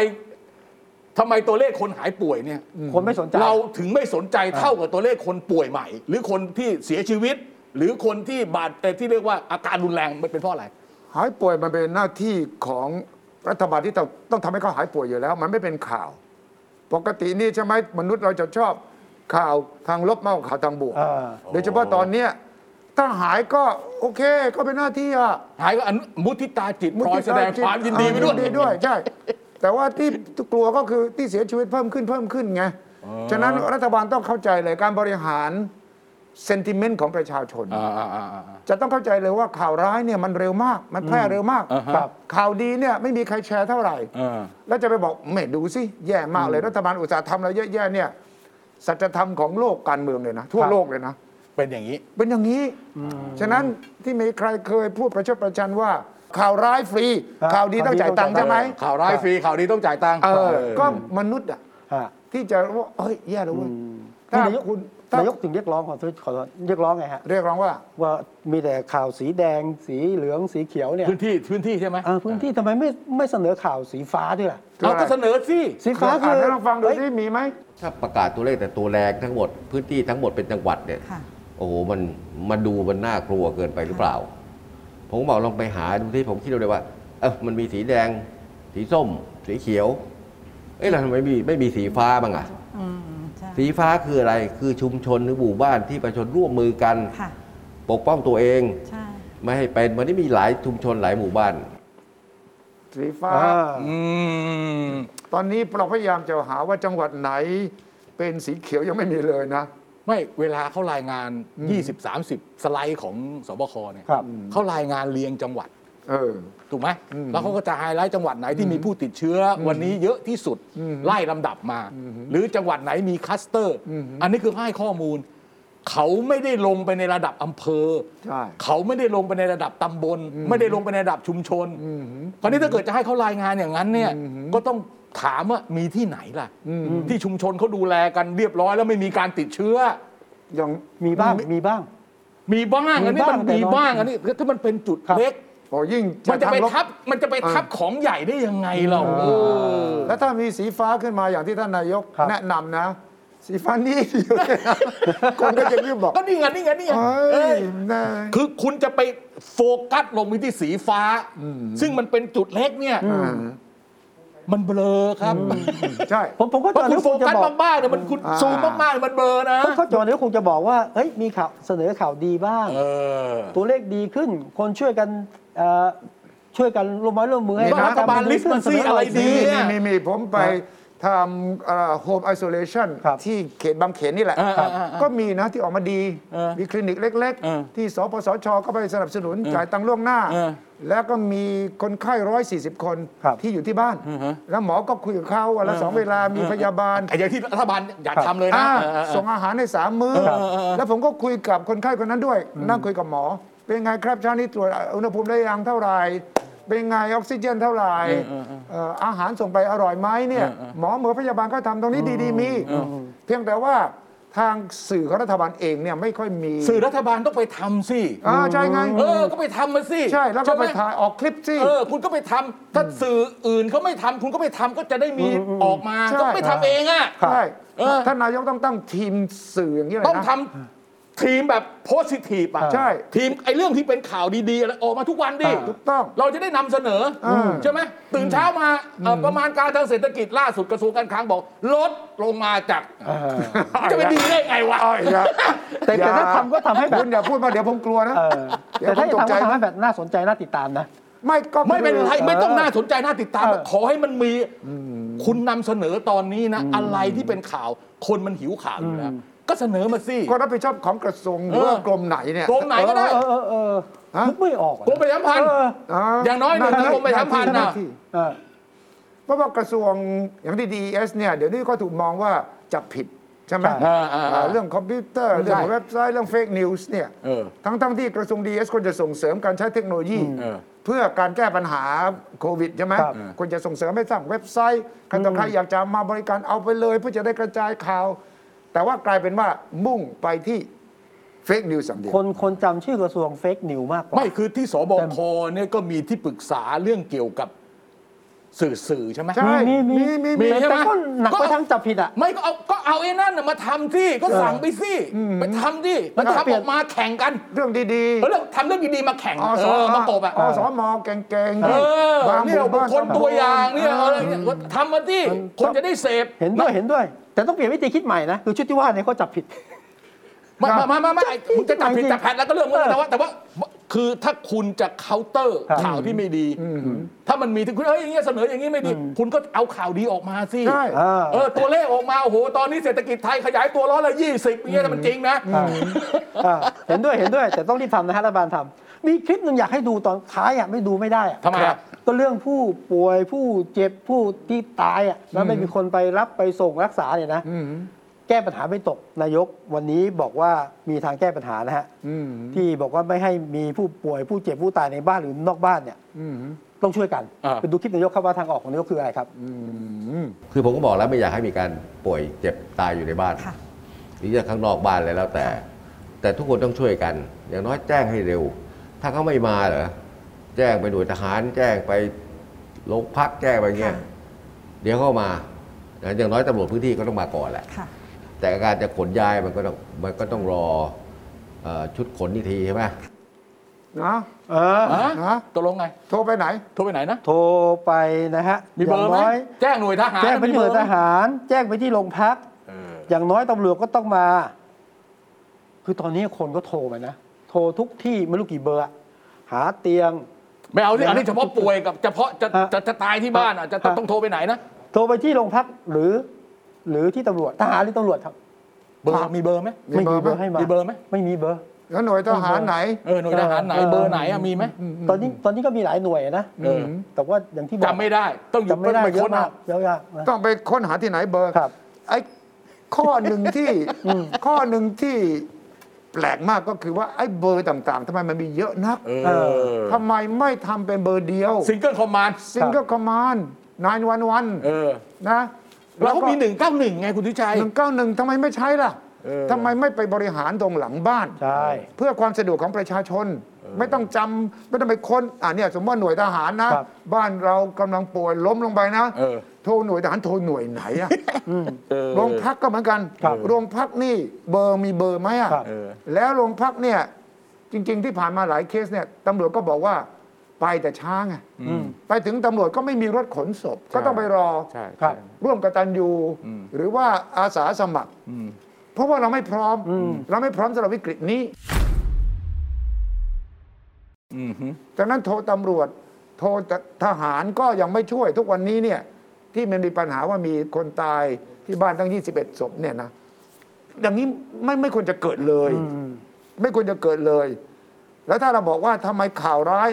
S3: ทำไมตัวเลขคนหายป่วยเนี่ย
S1: คนไม่สนใจ
S3: เราถึงไม่สนใจเท่ากับตัวเลขคนป่วยใหม่ หรือคนที่เสียชีวิต หรือคนที่บาดเจ็บที่เรียกว่าอาการรุนแรงมันเป็นเพราะอะไร
S2: หายป่วยมันเป็นหน้าที่ของรัฐบาลที่ต้องต้องทำให้เขาหายป่วยอยู่แล้ว มันไม่เป็นข่าว ปกตินี่ใช่ไหมมนุษย์เราจะชอบข่าวทางลบมากกว่าข่าวทางบวก
S1: อ่า
S2: โดยเฉพาะตอนเนี้ยถ้าหายก็โอเคก็เป็นหน้าที่อะ
S3: หายก็อนุมุทิตาจิตพลอยแสดงความยินดีไปด้วย
S2: ยินด้วยใช่ แต่ว่าที่กลัวก็คือที่เสียชีวิตเพิ่มขึ้นเพิ่มขึ้นไง ฉะนั้นรัฐบาลต้องเข้าใจเลยการบริหาร sentiment ของประชาชน จะต้องเข้าใจเลยว่าข่าวร้ายเนี่ยมันเร็วมาก มันแพร่เร็วมาก
S3: อ่าฮะ
S2: ครับข่าวดีเนี่ยไม่มีใครแชร์เท่าไหร่
S3: อ่า
S2: แล้วจะไปบอกไม่ดูสิแย่มากเลยรัฐบาลอุตสาห์ทำเราเยอะแยะเนี่ยสัจธรรมของโลกการเมืองเลยนะทั่ว
S1: ครับ
S2: โลกเลยนะ
S3: เป็นอย่างนี้
S2: เป็นอย่างนี้ ฉะนั้นที่มีใครเคยพูดประชดประชันว่า ข่าวร้ายฟรี
S1: ครับ
S2: ข่าวดีต้องจ่ายตังค์ใช่ไหม
S3: ข่าวร้ายฟรีข่าวดีต้องจ่ายตังค์
S2: เออ ก็
S3: ก็
S2: มนุษย์อะ
S1: ฮะ
S2: ที่จะว่าเฮ้ย แย่แล้วเว้ยถ้า
S1: นี่นายก
S2: คุณถ้าน
S1: ายกถึงเรียกร้องขอโทษขอโทษเรียกร้องไงฮะ
S2: เรียกร้องว่า
S1: ว่ามีแต่ข่าวสีแดงสีเหลืองสีเขียวเนี่ย
S3: พื้นที่พื้นที่ใช่ไหม
S1: เออพื้นที่ทำไมไม่ไม่เสนอข่าวสีฟ้าด้วยล่ะ
S3: เราก็เสนอสิ
S1: สีฟ้าคื
S2: น
S1: อ
S2: ให้ลองฟังดู
S1: เอ้ย
S2: ที่มีไหม
S4: ถ้าประกาศตัวเลขแต่ตัวแรงทั้งหมดพื้นที่ทั้งหมดเป็นจังหวัดเนี่ย
S5: ค่ะ
S4: โอ้โหมันมันดูมันน่ากลัวเกินไปหรือเปล่า ผมบอกลองไปหาดูที่ผมคิดดูเลยว่า เออมันมีสีแดง สีส้ม สีเขียว เอ้ยเราทำไมไม่มีไม่มีสีฟ้าบ้างอะ
S5: อืมใช่
S4: สีฟ้าคืออะไรคือชุมชนหรือหมู่บ้านที่ประชาชนร่วมมือกัน
S5: ค่ะ
S4: ปกป้องตัวเอง
S5: ใช่
S4: ไม่ให้เป็นวันนี้มีหลายชุมชนหลายหมู่บ้าน
S2: สีฟ้า
S1: อ่า
S3: อืม
S2: ตอนนี้เราพยายามจะหาว่าจังหวัดไหน เป็นสีเขียวยังไม่มีเลยนะ
S3: ไม่เวลาเขารายงาน 20-30 สไลด์ของสบคเนี่ย
S1: ครับ
S3: เขารายงานเรียงจังหวัด
S2: เออ
S3: ถูกไหมแล้วเขาก็จะไฮไลท์จังหวัดไหนที่มีผู้ติดเชื้ออวันนี้เยอะที่สุดไล่ลำดับมา หรือจังหวัดไหนมีคลัสเตอร์ อันนี้คือให้ข้อมูล เขาไม่ได้ลงไปในระดับอำเภอ
S2: ใช่
S3: เขาไม่ได้ลงไปในระดับตำบล ไม่ได้ลงไปในระดับชุมชนคราวนี้ถ้าเกิดจะให้เขารายงานอย่างนั้นเนี่ยก็ต้องถามว่ามีที่ไหนล่ะ ที่ชุมชนเขาดูแลกันเรียบร้อยแล้วไม่มีการติดเชื้อ
S2: ยัง
S1: มีบ้างมีบ้าง
S3: มีบ้างอันนี้มัน
S1: มี
S3: มี
S1: บ้า
S3: บ้าง ง
S1: แต่น้อย
S3: อันนี้ถ้ามันเป็นจุด
S1: ครับ
S3: เล็ก
S2: โอ้ยิ่ง
S3: มันจะไป
S2: ทางลบ
S3: ทับมันจะไปทับของใหญ่ได้ยังไงเราเออ
S2: แล้วถ้ามีสีฟ้าขึ้นมาอย่างที่ท่านนายก
S1: ครับ
S2: แนะนำนะ สีฟ้านี่เดี ยวเลยนะคนก็จะรีบบอก
S3: ก็นี่ไงนี่ไงนี่ไง
S2: เ
S3: เอ้
S2: อ้
S3: ย
S2: ยนะ
S3: คือคุณจะไปโฟกัสลงไปที่สีฟ้า ซึ่งมันเป็นจุดเล็กเนี่ย
S2: ม
S3: มันเบลอครับ
S2: ใช่
S1: ผมผมก็
S3: เพราะ
S1: จะ
S3: คุณ
S1: รู้
S3: โฟ
S1: คงจะ
S3: กัส
S1: บอก
S3: มากๆเนี่ยมันคุณ
S2: อ่า
S3: ซูมมากๆเนี่ยมันเบลอนะ
S1: ผมเข้าใจนี้คงจะบอกว่าเอ้ยมีข่าวเสนอข่าวดีบ้าง
S3: เออ
S1: ตัวเลขดีขึ้น คนช่วยกันเอ่อช่วยกันร่วมไม้ร่วมมือให้
S3: ก็รัฐบาลลิสต์มาซี่อะไรดี
S2: มี
S3: เนี่ย
S2: มีมีผมไปทำโฮมไอโซเลชัน
S1: ครับ
S2: ที่เขตบางเขนนี่แหละ
S3: อ่าอ่าอ่า
S2: ก็มีนะที่ออกมาดี
S3: เออ
S2: มีคลินิกเล็ก
S3: เออ
S2: ๆ ที่สปสชก็ไปสนับสนุนจ่ายตังค์ล่วงหน้า
S3: เออ
S2: แล้วก็มีคนไข้140 คน
S1: ครับ
S2: ที่อยู่ที่บ้าน แล้วหมอก็คุยกับเขาวันละสองเวลามีพยาบาล
S3: ไอ้อย่างที่รัฐบาลอยากทำเลยนะ
S2: อ่า
S3: เออเออเออ
S2: ส่งอาหารในสามมื้อ
S3: ครับเออ
S2: แล้วผมก็คุยกับคนไข้คนนั้นด้วย นั่งคุยกับหมอ เป็นไงครับเช้านี้ตรวจอุณหภูมิได้ยังเท่าไหร่ เป็นไงออกซิเจนเท่าไหร่เอ่ออาหารส่งไปอร่อยไหมเนี่ย หมอหมอพยาบาลก็ทำตรงนี้ดีๆมี เพียงแต่ว่าทางสื่อของรัฐบาลเองเนี่ยไม่ค่อยมี
S3: สื่อรัฐบาลต้องไปทำสิ
S2: อ่าใช่ไง
S3: เออก็ไปทำมาสิ
S2: ใช่แล้วก็ไป
S3: ใช่หม
S2: ถ่ายออกคลิปสิ
S3: เออคุณก็ไปทำถ้าสื่ออื่นเขาไม่ทำคุณก็ไปทำก็จะได้มีออกมา
S2: ใช่
S3: ก็ไม่ทำเองอ่ะ
S2: ใช่
S3: เออ
S2: ท่านนายกต้องตั้งทีมสื่ออย่างนี้เลยนะ
S3: ต้องทำทีมแบบโพสิทีฟอ่ะ
S2: ใช่
S3: ทีมไอ้เรื่องที่เป็นข่าวดีๆอะไรออกมาทุกวันดิ
S2: ถูกต้อง
S3: เราจะได้นำเสนออ
S2: ม
S3: ใช่ไหมตื่นเช้ามาเอ่อประมาณการทางเศรษฐกิจล่าสุดกระทรวงการคลังบอก ลดลงมาจาก จะไปดีได้ไงวะ
S2: เอาอีกแล้ว
S1: แต่แต่ถ้าทำก็ทำให้แบบ
S2: คุณอย่าพูดมาเดี๋ยวผมกลัวนะ
S1: เออ
S2: เดี๋ย
S1: แต่
S2: วผ
S1: ถ้าม จะ
S2: ตก
S1: ทำ
S2: ใจ
S1: ก็ทำ
S2: นะ
S1: ให้แบบน่าสนใจน่าติดตามนะ
S2: ไม่ก็
S3: ไม่เป็นไร
S2: คือ
S3: ไม่ต้องน่าสนใจน่าติดตาม
S1: เออ
S3: ขอให้มันมีคุณนำเสนอตอนนี้นะ อะไรที่เป็นข่าว คนมันหิวข่าวอยู่แล้ว
S6: ก็เสนอมาสิ
S2: ก็รับผิดชอบของกระทรวงหรือว่ากรมไหนเนี่ย
S3: กรมไหนก็ได้
S1: เออเออเออ
S2: ฮะ
S1: นึกไม่ออกอะ
S3: กรมประชาสัมพันธ์
S1: เออ
S3: อย่างน้อยหนึ่งกรมประชาสัมพันธ์น่ะ
S2: หาที่
S1: เออ
S2: เพราะว่ากระทรวงอย่างที่ DES เนี่ยเดี๋ยวนี้ก็ถูกมองว่าจับผิดใช่ไหม
S1: ใช่
S3: อ่าอ่าอ่า
S2: อ่าเรื่องคอมพิวเตอร์ เรื่องเว็บไซต์ เรื่องเฟกนิวส์เนี่ย
S3: เออ
S2: ทั้งทั้งๆที่กระทรวง DES ควรจะส่งเสริมการใช้เทคโนโลยี
S3: เออ
S2: เพื่อการแก้ปัญหาโควิดใช่ไหม
S1: ครับ
S2: ควรจะส่งเสริมให้สร้างเว็บไซต์ใครต่อใครอยากจะมาบริการเอาไปเลยเพื่อจะได้กระจายข่าว แต่ว่ากลายเป็นว่ามุ่งไปที่เฟกนิวส์อย่างเดียว
S1: คนคนจำชื่อกระทรวงเฟกนิวมากกว่า
S6: ไม่คือที่สบคเนี่ยก็มีที่ปรึกษาเรื่องเกี่ยวกับสื่อสื่อใช่ไหม
S2: ใช่
S1: มีมี
S2: มีมี
S1: มี
S3: ใช่ไหม
S1: แต่ก็หนักไปทางจับผิดอ่ะ
S3: ไม่ก็เอาก็เอาไอ้นั่นน่ะมาทำสิก็สั่งไปสิไปทำดิมัน
S1: แล้วก็เปลี่
S3: ทำอย
S1: น
S3: อกมาแข่งกัน
S2: เรื่องดี
S3: เออเรื่องทำเรื่องดีๆมาแข่ง
S2: ๆ
S3: เออประกบอ่ะ
S2: อสมเก่งๆ
S3: เออ
S2: ห
S3: เนี่ย
S2: มู่
S3: บุคคล
S2: สม
S3: ตัวอย่างเนี่ย
S2: อ
S3: อะไร
S2: อ
S3: เนี่ยทำมาที่คนจะได้เสพ
S1: เห็นด้วยเห็นด้วย แต่ต้องเปลี่ยนวิธีคิดใหม่นะ คือชุดที่ว่าเนี่ยเขาจับผิด
S3: ไมามามามาไอ้คุณจะจับผิดจับแพทแล้วก็เรื่องมัน
S1: เออ
S3: แต่ว่าแต่ว่าคือถ้าคุณจะเคาน์เตอร์
S1: ครับ
S3: ข่าวที่ไม่ดี ถ้ามันมีที่คุณเอ้ยอย่างเงี้ยเสนออย่างงี้ไม่ดี คุณก็เอาข่าวดีออกมาสิ
S2: ใช่
S1: อ่า
S3: เออตัวเลขออกมา โอ้โห ตอนนี้เศรษฐกิจไทยขยายตัวร้อยละยี่สิบอย่างเงี้ยนะมันจริงนะ
S1: อ่าเห็นด้วยเห็นด้วย แต่ต้องรีบทำนะฮะรัฐบาลทำมีคลิปหนึ่งอยากให้ดูตอนท้ายอ่ะไม่ดูไม่ได้อ่ะ
S3: ทำไมอ่ะ
S1: ครับก็เรื่องผู้ป่วยผู้เจ็บผู้ที่ตายอ่ะแล้วไม่มีคนไปรับไปส่งรักษาเนี่ยนะแก้ปัญหาไม่ตกนายกวันนี้บอกว่ามีทางแก้ปัญหานะฮะที่บอกว่าไม่ให้มีผู้ป่วยผู้เจ็บผู้ตายในบ้านหรือนอกบ้านเนี่ยต้องช่วยกัน
S3: อ่า
S1: ไปดูคลิปนายกครับว่าทางออกของนายกคืออะไรครับ
S4: คือผมก็บอกแล้วไม่อยากให้มีการป่วยเจ็บตายอยู่ในบ้าน
S5: ค่ะ
S4: หรือจะข้างนอกบ้านอะไรแล้วแต่ แต่ทุกคนต้องช่วยกัน อย่างน้อยแจ้งให้เร็ว ถ้าเขาไม่มาเหรอแจ้งไปหน่วยทหาร แจ้งไปโรงพักแจ้งไปเงี้ย
S5: ค่ะ
S4: เดี๋ยวเขามานะอย่างน้อยตำรวจพื้นที่ก็ต้องมาก่อนแหละ
S5: ค่ะ
S4: แต่การจะขนย้ายมันก็ต้องมันก็ต้องรอเอ่อชุดขนอีกทีใช่ไหม
S2: นะ
S1: เออ
S3: ฮะ
S2: นะ
S3: ตกลงไง
S2: โทรไปไหน
S3: โทรไปไหนนะ
S1: โทรไปนะฮะ
S3: มีเบอร์ไหม
S1: ย่างน้ย
S3: แจ้งหน่วยทหาร
S1: แจ้งไปที่หน่วยท
S3: มีเบอร์ไหม
S1: หาร แจ้งไปที่โรงพัก อย่างน้อยตำรวจก็ต้องมา คือตอนนี้คนก็โทรไปนะ โทรทุกที่ไม่รู้กี่เบอร์อะหาเตียง
S3: ไม่เอาสิอันนี้เฉพาะป่วยกับเฉพาะจะ
S1: ฮะ
S3: จะจะตายที่บ้านอ่ะจะต้อง
S1: ฮะ
S3: ต้องโทรไปไหนนะ
S1: โทรไปที่โรงพักหรือ หรือที่ตำรวจทหารหรือตำรวจครับ
S3: เบอร์มีเบอร์ไหม
S2: มี
S1: ไม่มี
S2: เบ
S1: เบ
S2: อ
S1: อ
S2: ร์
S1: ร์
S2: ไหม
S1: ให้มา
S3: มีเบอร์ไหม
S1: ไม่มีเบอร์
S2: แล้วหน่วยทหารไหน
S3: เออหน่วยทหารไหน
S1: เออ
S3: เบอร์ไหนอ่ะมีไหม
S1: ตอนนี้ตอนนี้ก็มีหลายหน่วยนะ
S3: เออ
S1: แต่ว่าอย่างที่บอก
S3: จำไม่ได้ต้องอยู่
S1: จำไม่ได้
S3: ไป
S1: เย
S3: ค้
S1: อะ
S3: นเอา
S1: มากเยอะมากนะ
S2: ต้องไปค้นหาที่ไหนเบอร์
S1: ครับ
S2: ไอ้ข้อหนึ่งที่ ข้อหนึ่งที่แปลกมากก็คือว่าไอ้เบอร์ต่างๆทำไมมันมีเยอะนัก
S3: เอ
S1: เอ
S3: อ
S1: อ
S2: ทำไมไม่ทำเป็นเบอร์เดียว
S3: ซิงเกิลคอมมานด์
S2: ซิงเกิลคอมมานด์
S3: เอ
S2: 911
S3: อ
S2: นะ
S3: เราก็มีหนึ่งเก้าหนึ่งไงคุณทิชัย
S2: หนึ่งเก้าหนึ่งทำไมไม่ใช้ล่ะทำไมไม่ไปบริหารตรงหลังบ้าน
S1: ใช่
S2: เพื่อความสะดวกของประชาชน ไม่ต้องจำไม่ต้องไปค้นอ่าเนี่ยสมมติว่าหน่วยทหารนะ
S1: ครับ
S2: บ้านเรากำลังป่วยล้มลงไปนะ
S3: เออ
S2: โทรหน่วยทหารโทรหน่วยไหนอะ
S3: เออ
S2: โรงพักก็เหมือนกัน
S1: ครับ
S2: โรงพักนี่เบอร์มีเบอร์ไหมอะ
S1: ครับ
S3: เออ
S2: แล้วโรงพักเนี่ยจริง ๆ ที่ผ่านมาหลายเคสเนี่ยตำรวจก็บอกว่าไปแต่ช้าไงไปถึงตำรวจก็ไม่มีรถขนศพ ก็ต้องไปรอ
S3: ใช่
S1: ครับ
S2: ร่วมกตันยูหรือว่าอาสาสมัครเพราะว่าเราไม่พร้อม เราไม่พร้อมสำหรับวิกฤตนี้จากนั้นโทรตำรวจ โทรทหารก็ยังไม่ช่วยทุกวันนี้เนี่ย ที่มันมีปัญหาว่ามีคนตายที่บ้านตั้ง 21ศพเนี่ยนะอย่างนี้ไม่ไม่ควรจะเกิดเลย ไม่ควรจะเกิดเลย แล้วถ้าเราบอกว่าทำไมข่าวร้าย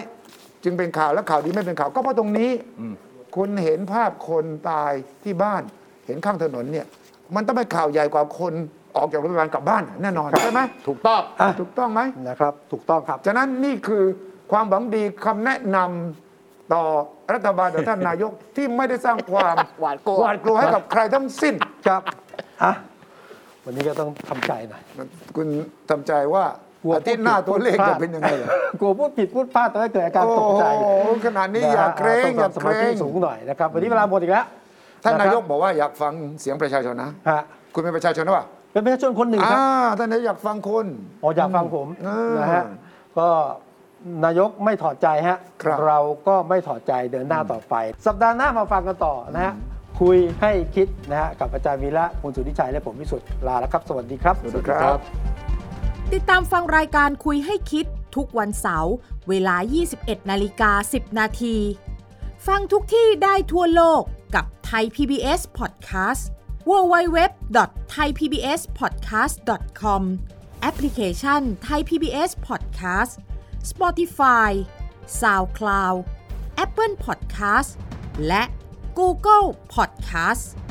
S2: จึงเป็นข่าวและข่าวดีไม่เป็นข่าวก็เพราะตรงนี้ คุณเห็นภาพคนตายที่บ้าน เห็นข้างถนนเนี่ย มันต้องเป็นข่าวใหญ่กว่าคนออกจากโรงพยาบาลกลับบ้านแน่นอนใช่ไหม
S3: ถูกต้อง
S1: อ่ะ
S2: ถูกต้องไหม
S1: นะครับ ถูกต้องครับ
S2: ฉะนั้นนี่คือความหวังดีคำแนะนำต่อรัฐบาลต่อท่านนายกที่ไม่ได้สร้างความ
S3: หวาดกลัว
S2: หวาดกลัวให้กับใครทั้งสิ้น
S1: ครับอ่ะวันนี้ก็ต้องทำใจหน่อย
S2: คุณทำใจว่าอาทิตย์หน้าตัวเลขจะเป็นยังไงเหรอก
S1: ลัวพูดผิดพูดพลาดทำให้เกิดอาการ
S2: โอ้
S1: ตก
S2: โห
S1: ใจ
S2: ขนาดนี้อย่าเกรงอย่า
S1: ต้
S2: เก
S1: ทำสมธิ
S2: รง
S1: สูงหน่อยนะครับ วันนี้เวลาหมดอีกแล้ว
S2: ท่านนายก
S1: ะครับ
S2: บอกว่าอยากฟังเสียงประชาชนนะ
S1: ฮะ
S2: คุณเป็นประชาชนหรือเปล่า
S1: เป็นประชาชนคนหนึ่งค
S2: อ่า
S1: รับ
S2: ท่านนายกอยากฟังคน
S1: อ๋ออยากฟังผม
S2: อืม
S1: นะฮะก็นายกไม่ถอดใจฮะ
S2: ครับ
S1: เราก็ไม่ถอดใจเดินหน้าต่อไป สัปดาห์หน้ามาฟังกันต่อนะฮะคุยให้คิดนะฮะกับอาจารย์วีระคุณสุทธิชัยและผมวิสุทธิ์ลาแล้วครับ สวัสดีครับ
S2: สวัสดีครับ
S7: ติดตามฟังรายการคุยให้คิดทุกวันเสาร์เวลา 21 นาฬิกา 10 นาที ฟังทุกที่ได้ทั่วโลกกับไทย PBS Podcast www.thaipbspodcast.com แอปพลิเคชัน Thai PBS Podcast Spotify SoundCloud Apple Podcast และ Google Podcast